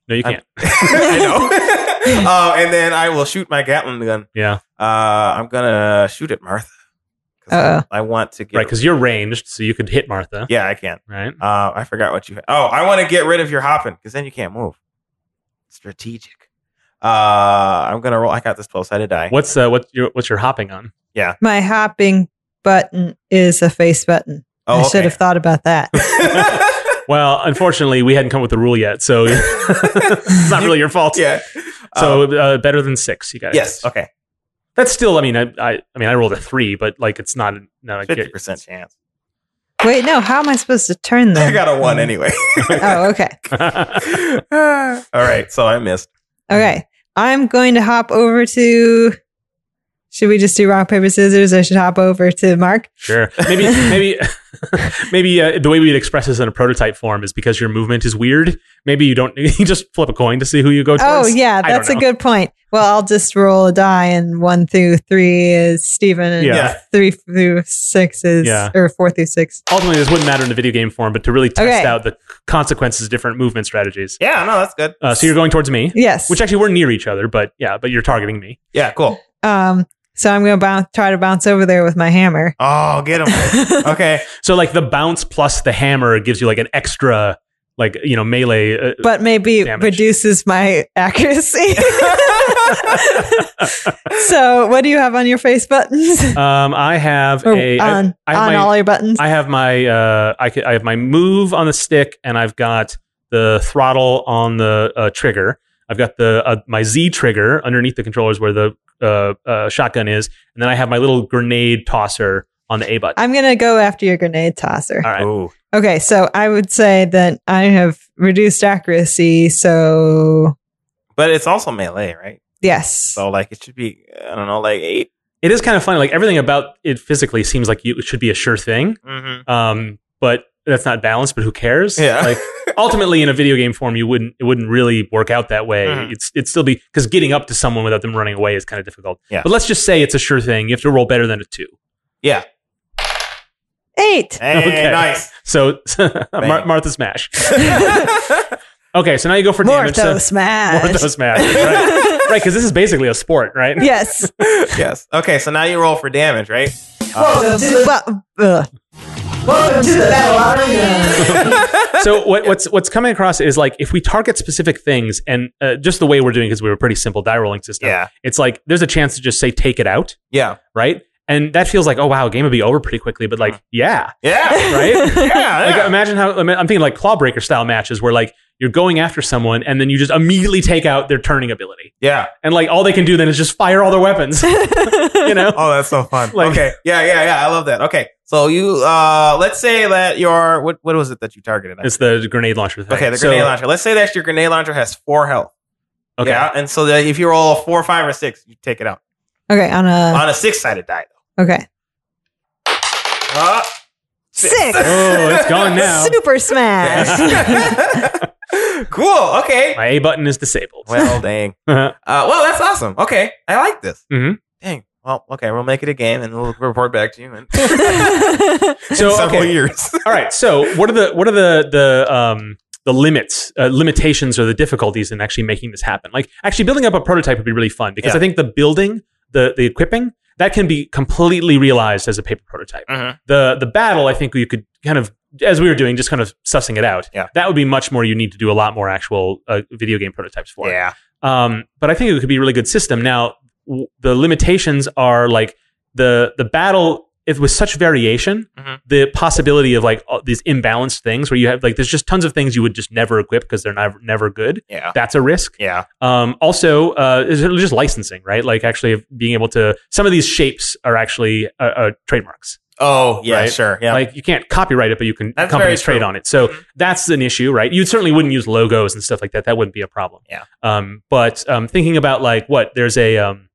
S3: No, you
S2: I'm-
S3: can't.
S2: I know. uh, and then I will shoot my Gatlin gun.
S3: yeah,
S2: Uh, I'm gonna shoot at Martha. 'Cause
S1: Uh-oh.
S2: I want to get.
S3: right, because you're ranged, so you could hit Martha.
S2: yeah, I can.
S3: Right.
S2: Uh, I forgot what you. Oh, I want to get rid of your hopping because then you can't move. Strategic. Uh, I'm gonna roll. I got this 12 sided die.
S3: What's uh, what your what's your hopping on?
S1: My hopping button is a face button.
S2: Oh,
S1: I should have thought about that.
S3: Well, unfortunately, we hadn't come with the rule yet, so it's not really your fault.
S2: yeah.
S3: So
S2: Um,
S3: uh, better than six, you guys.
S2: yes. Okay.
S3: That's still. I mean, I, I I mean, I rolled a three, but like it's not. No, I
S2: Fifty
S3: get-
S2: percent chance.
S1: Wait, no. How am I supposed to turn
S2: I
S1: them?
S2: got a one anyway.
S1: oh, okay.
S2: All right. So I missed.
S1: Okay. I'm going to hop over to. Should we just do rock, paper, scissors? I should hop over to Mark.
S3: Sure. Maybe maybe maybe uh, the way we'd express this in a prototype form is because your movement is weird. Maybe you don't you just flip a coin to see who you go
S1: Oh,
S3: towards.
S1: yeah.
S3: I don't
S1: That's a
S3: know.
S1: good point. Well, I'll just roll a die, and one through three is Steven, and
S3: Yeah.
S2: Yeah.
S1: three through six is,
S3: Yeah.
S1: or four through six.
S3: Ultimately, this wouldn't matter in a video game form, but to really test
S1: Okay.
S3: out the consequences of different movement strategies.
S2: Yeah. No, that's good.
S3: Uh, so you're going towards me,
S1: Yes.
S3: which actually we're near each other, but yeah, but you're targeting me.
S2: yeah. Cool.
S1: um, so I'm going to bounce, try to bounce over there with my hammer.
S2: Oh, get him. okay.
S3: So like the bounce plus the hammer gives you like an extra like you know melee. Uh,
S1: but maybe it
S3: Damage.
S1: reduces my accuracy. so, what do you have on your face buttons?
S3: um, I have
S1: Or
S3: a I-
S1: Oh, on
S3: I have
S1: on
S3: my-
S1: all your buttons?
S3: I have my uh, I, ca- I have my move on the stick, and I've got the throttle on the uh, trigger. I've got the uh, my Z trigger underneath the controllers where the uh, uh, shotgun is, and then I have my little grenade tosser on the A button.
S1: I'm going to go after your grenade tosser.
S3: All right.
S2: Ooh.
S1: Okay, so I would say that I have reduced accuracy, so
S2: But it's also melee, right?
S1: yes.
S2: So like it should be. I don't know, like eight.
S3: It is kind of funny. Like everything about it physically seems like you, it should be a sure thing,
S2: Mm-hmm.
S3: um, but that's not balanced. But who cares?
S2: Yeah.
S3: Like ultimately, in a video game form, you wouldn't it wouldn't really work out that way.
S2: Mhm.
S3: It's it'd still be because getting up to someone without them running away is kind of difficult.
S2: Yeah.
S3: But let's just say it's a sure thing. You have to roll better than a two.
S2: yeah.
S1: Eight.
S2: Hey,
S3: Okay.
S2: nice.
S3: So Mar- Martha Smash. Okay, so now you go for
S1: More
S3: damage. uh, So,
S1: though, smash.
S3: Mortho Smash. Right, because this is basically a sport, right?
S1: yes.
S2: yes. Okay. So now you roll for damage, right?
S1: Welcome to the, bu- ugh. Welcome to the battle arena.
S3: so what, what's what's coming across is like if we target specific things and uh, just the way we're doing because we were a pretty simple die rolling system.
S2: Yeah.
S3: It's like there's a chance to just say take it out,
S2: Yeah.
S3: right? And that feels like oh wow, game would be over pretty quickly. But like yeah,
S2: Yeah.
S3: right?
S2: Yeah. Hmm. yeah.
S3: Like imagine how I'm I'm thinking like clawbreaker style matches where like you're going after someone and then you just immediately take out their turning ability
S2: yeah.
S3: and like all they can do then is just fire all their weapons. you know.
S2: Oh, that's so fun.
S3: Like-
S2: okay. Yeah, yeah, yeah. I love that. Okay. So you uh let's say that your what what was it that you targeted?
S3: It's the grenade launcher thing.
S2: okay, the
S3: So-
S2: grenade launcher. Let's say that your grenade launcher has four health.
S3: Okay.
S2: Yeah, and so that if you roll a four, five, or six, you take it out.
S1: Okay, on a
S2: On a six sided die
S1: okay
S2: though. Uh,
S1: six.
S3: Oh, it's gone now.
S1: Super smash.
S2: cool. Okay.
S3: My A button is disabled.
S2: Well dang. Uh well that's awesome. Okay. I like this.
S3: Mhm.
S2: Dang. Well, okay, we'll make it a game and we'll report back to you in
S3: so
S2: several
S3: okay.
S2: years.
S3: All right. So what are the what are the the um the limits, uh, limitations, or the difficulties in actually making this happen. Like actually building up a prototype would be really fun because
S2: Yeah.
S3: I think the building, the the equipping, that can be completely realized as a paper prototype.
S2: Mhm.
S3: The the battle, I think you could kind of as we were doing, just kind of sussing it out.
S2: Yeah.
S3: That would be much more. You need to do a lot more actual uh, video game prototypes for. it.
S2: Yeah.
S3: Um, but I think it could be a really good system. Now, w- the limitations are like the the battle. If with such variation,
S2: Mhm.
S3: the possibility of like all these imbalanced things where you have like there's just tons of things you would just never equip because they're never never good.
S2: Yeah.
S3: That's a risk.
S2: Yeah.
S3: Um, also, uh, is it just licensing, right? Like actually being able to some of these shapes are actually uh, uh, trademarks.
S2: Oh, yeah,
S3: Right?
S2: sure. Yeah.
S3: Like you can't copyright it, but you can
S2: That's
S3: companies
S2: very true. Mm-hmm.
S3: trade on it. So that's an issue, right? You certainly wouldn't use logos and stuff like that. That wouldn't be a problem.
S2: Yeah.
S3: Um, but um, thinking about like what there's a um,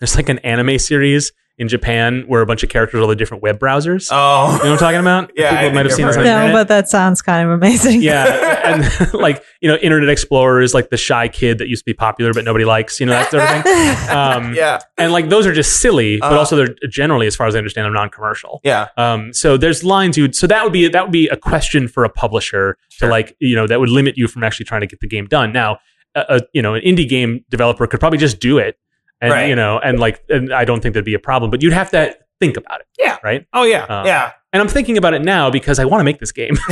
S3: there's like an anime series in Japan where a bunch of characters are the different web browsers.
S2: oh.
S3: You know what I'm talking about?
S2: Yeah, I
S3: people
S2: think
S3: might have
S2: I've
S3: seen this
S2: heard of
S3: on the
S1: No,
S3: internet.
S1: but that sounds kind of amazing.
S3: yeah, and like you know, Internet Explorer is like the shy kid that used to be popular but nobody likes. You know that sort of thing. Um,
S2: yeah.
S3: And like those are just silly, but
S2: Uh-huh.
S3: also they're generally, as far as I understand, they're non-commercial.
S2: Yeah.
S3: Um, so there's lines you would, so that would be that would be a question for a publisher
S2: Sure.
S3: to like you know that would limit you from actually trying to get the game done. Now, a, a you know an indie game developer could probably just do it, and
S2: Right.
S3: you know and like and I don't think there'd be a problem, but you'd have to think about it.
S2: Oh, yeah.
S3: Um,
S2: yeah.
S3: And I'm thinking about it now because I want to make this game.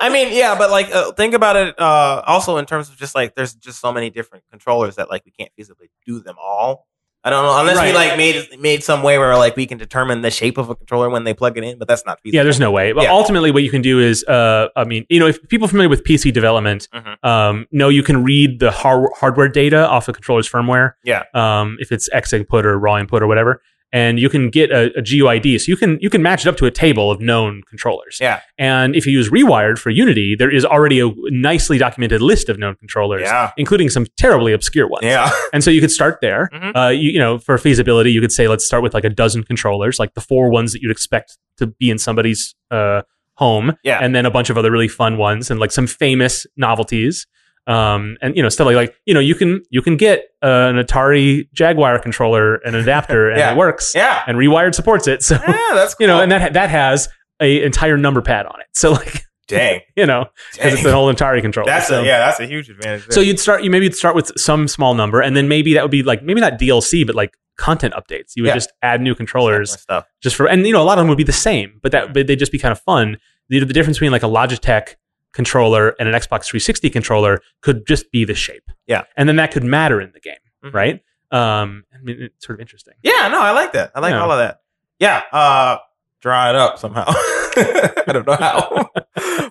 S2: I mean, yeah, but like, uh, think about it. Uh, also, in terms of just like, there's just so many different controllers that like we can't feasibly do them all. I don't know unless we
S3: Right.
S2: like made made some way where like we can determine the shape of a controller when they plug it in, but that's not feasible.
S3: yeah, there's no way. But
S2: Yeah.
S3: ultimately, what you can do is, uh, I mean, you know, if people familiar with PC development
S2: Mhm.
S3: um, know you can read the har- hardware data off a controller's firmware.
S2: Yeah.
S3: Um, if it's X input or raw input or whatever, and you can get a, a GUID, so you can you can match it up to a table of known controllers.
S2: Yeah.
S3: And if you use Rewired for Unity, there is already a nicely documented list of known controllers,
S2: Yeah.
S3: including some terribly obscure ones.
S2: Yeah.
S3: And so you could start there.
S2: Mhm.
S3: Uh, you, you know, for feasibility, you could say let's start with like a dozen controllers, like the four ones that you'd expect to be in somebody's uh, home,
S2: Yeah.
S3: and then a bunch of other really fun ones and like some famous novelties. Um, and you know, stuff like like you know, you can you can get uh, an Atari Jaguar controller and an adapter, and
S2: Yeah.
S3: it works,
S2: yeah.
S3: and Rewired supports it. So
S2: Yeah. That's cool.
S3: you know, and that ha- that has a entire number pad on it. So like
S2: dang,
S3: you know, because it's
S2: dang.
S3: an whole Atari controller.
S2: that's
S3: so.
S2: a, yeah, that's a huge advantage.
S3: So
S2: there.
S3: you'd start, you maybe you'd start with some small number, and then maybe that would be like maybe not DLC, but like content updates. You would
S2: Yeah.
S3: just add new controllers
S2: stuff.
S3: just for, and you know, a lot of them would be the same, but that but they'd just be kind of fun. The, the difference between like a Logitech controller and an Xbox 360 controller could just be the shape.
S2: Yeah.
S3: and then that could matter in the game,
S2: Mhm.
S3: right? Um, I mean, it's sort of interesting.
S2: Yeah, no, I like that. I like
S3: Yeah.
S2: all of that. Yeah, uh draw it up somehow. I don't know how.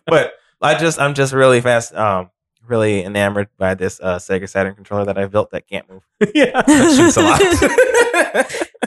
S2: but I just I'm just really fast um really enamored by this uh Sega Saturn controller that I built that can't move.
S3: yeah.
S2: That shoots a lot.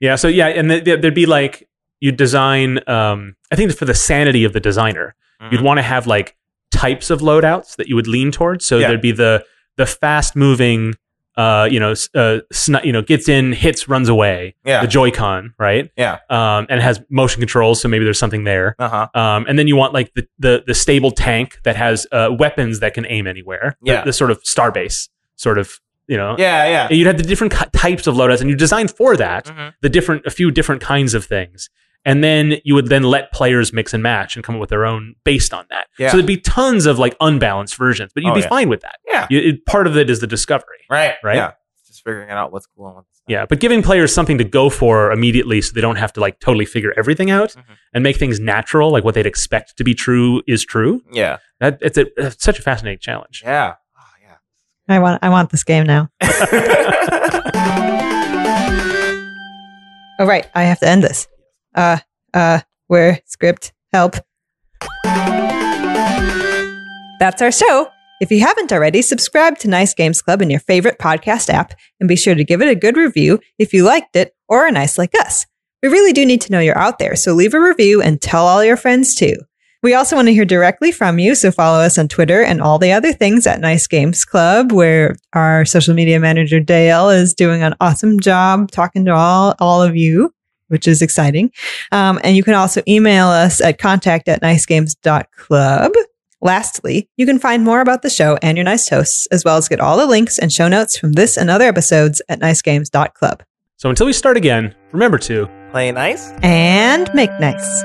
S3: Yeah. So yeah, and th- th- there'd be like you design. Um, I think for the sanity of the designer,
S2: Mm-hmm.
S3: you'd want to have like types of loadouts that you would lean towards. So
S2: Yeah.
S3: there'd be the the fast moving, uh, you know, s- uh, sni you know, gets in, hits, runs away. The
S2: yeah.
S3: Joy-Con, right?
S2: Yeah.
S3: Um, and it has motion controls, so maybe there's something there.
S2: Uh-huh.
S3: Um, and then you want like the the, the stable tank that has uh, weapons that can aim anywhere. The-
S2: Yeah.
S3: The, sort of starbase, sort of you know.
S2: Yeah, yeah.
S3: And you'd have the different ki- types of loadouts, and you design for that
S2: Mhm.
S3: the different a few different kinds of things and then you would then let players mix and match and come up with their own based on that
S2: Yeah.
S3: so there'd be tons of like unbalanced versions but you'd
S2: Oh,
S3: be
S2: yeah.
S3: fine with that
S2: Yeah.
S3: you, it, part of it is the discovery
S2: Right.
S3: Right?
S2: Yeah. Just figuring out what's cool and what's not.
S3: yeah but giving players something to go for immediately so they don't have to like totally figure everything out
S2: Mhm.
S3: and make things natural like what they'd expect to be true is true
S2: Yeah.
S3: that it's, a, it's such a fascinating challenge
S2: Yeah. Ah, Oh, yeah.
S1: I want I want this game now. Oh right, I have to end this. Uh uh where script help. That's our show. If you haven't already, subscribe to Nice Games Club in your favorite podcast app and be sure to give it a good review if you liked it or are nice like us. We really do need to know you're out there, so leave a review and tell all your friends too. We also want to hear directly from you, so follow us on Twitter and all the other things at Nice Games Club, where our social media manager Dale is doing an awesome job talking to all, all of you, which is exciting. Um, and you can also email us at contact at nicegames.club. Lastly, you can find more about the show and your nice hosts, as well as get all the links and show notes from this and other episodes at nicegames.club.
S3: so until we start again remember to
S2: Play nice.
S1: And make nice.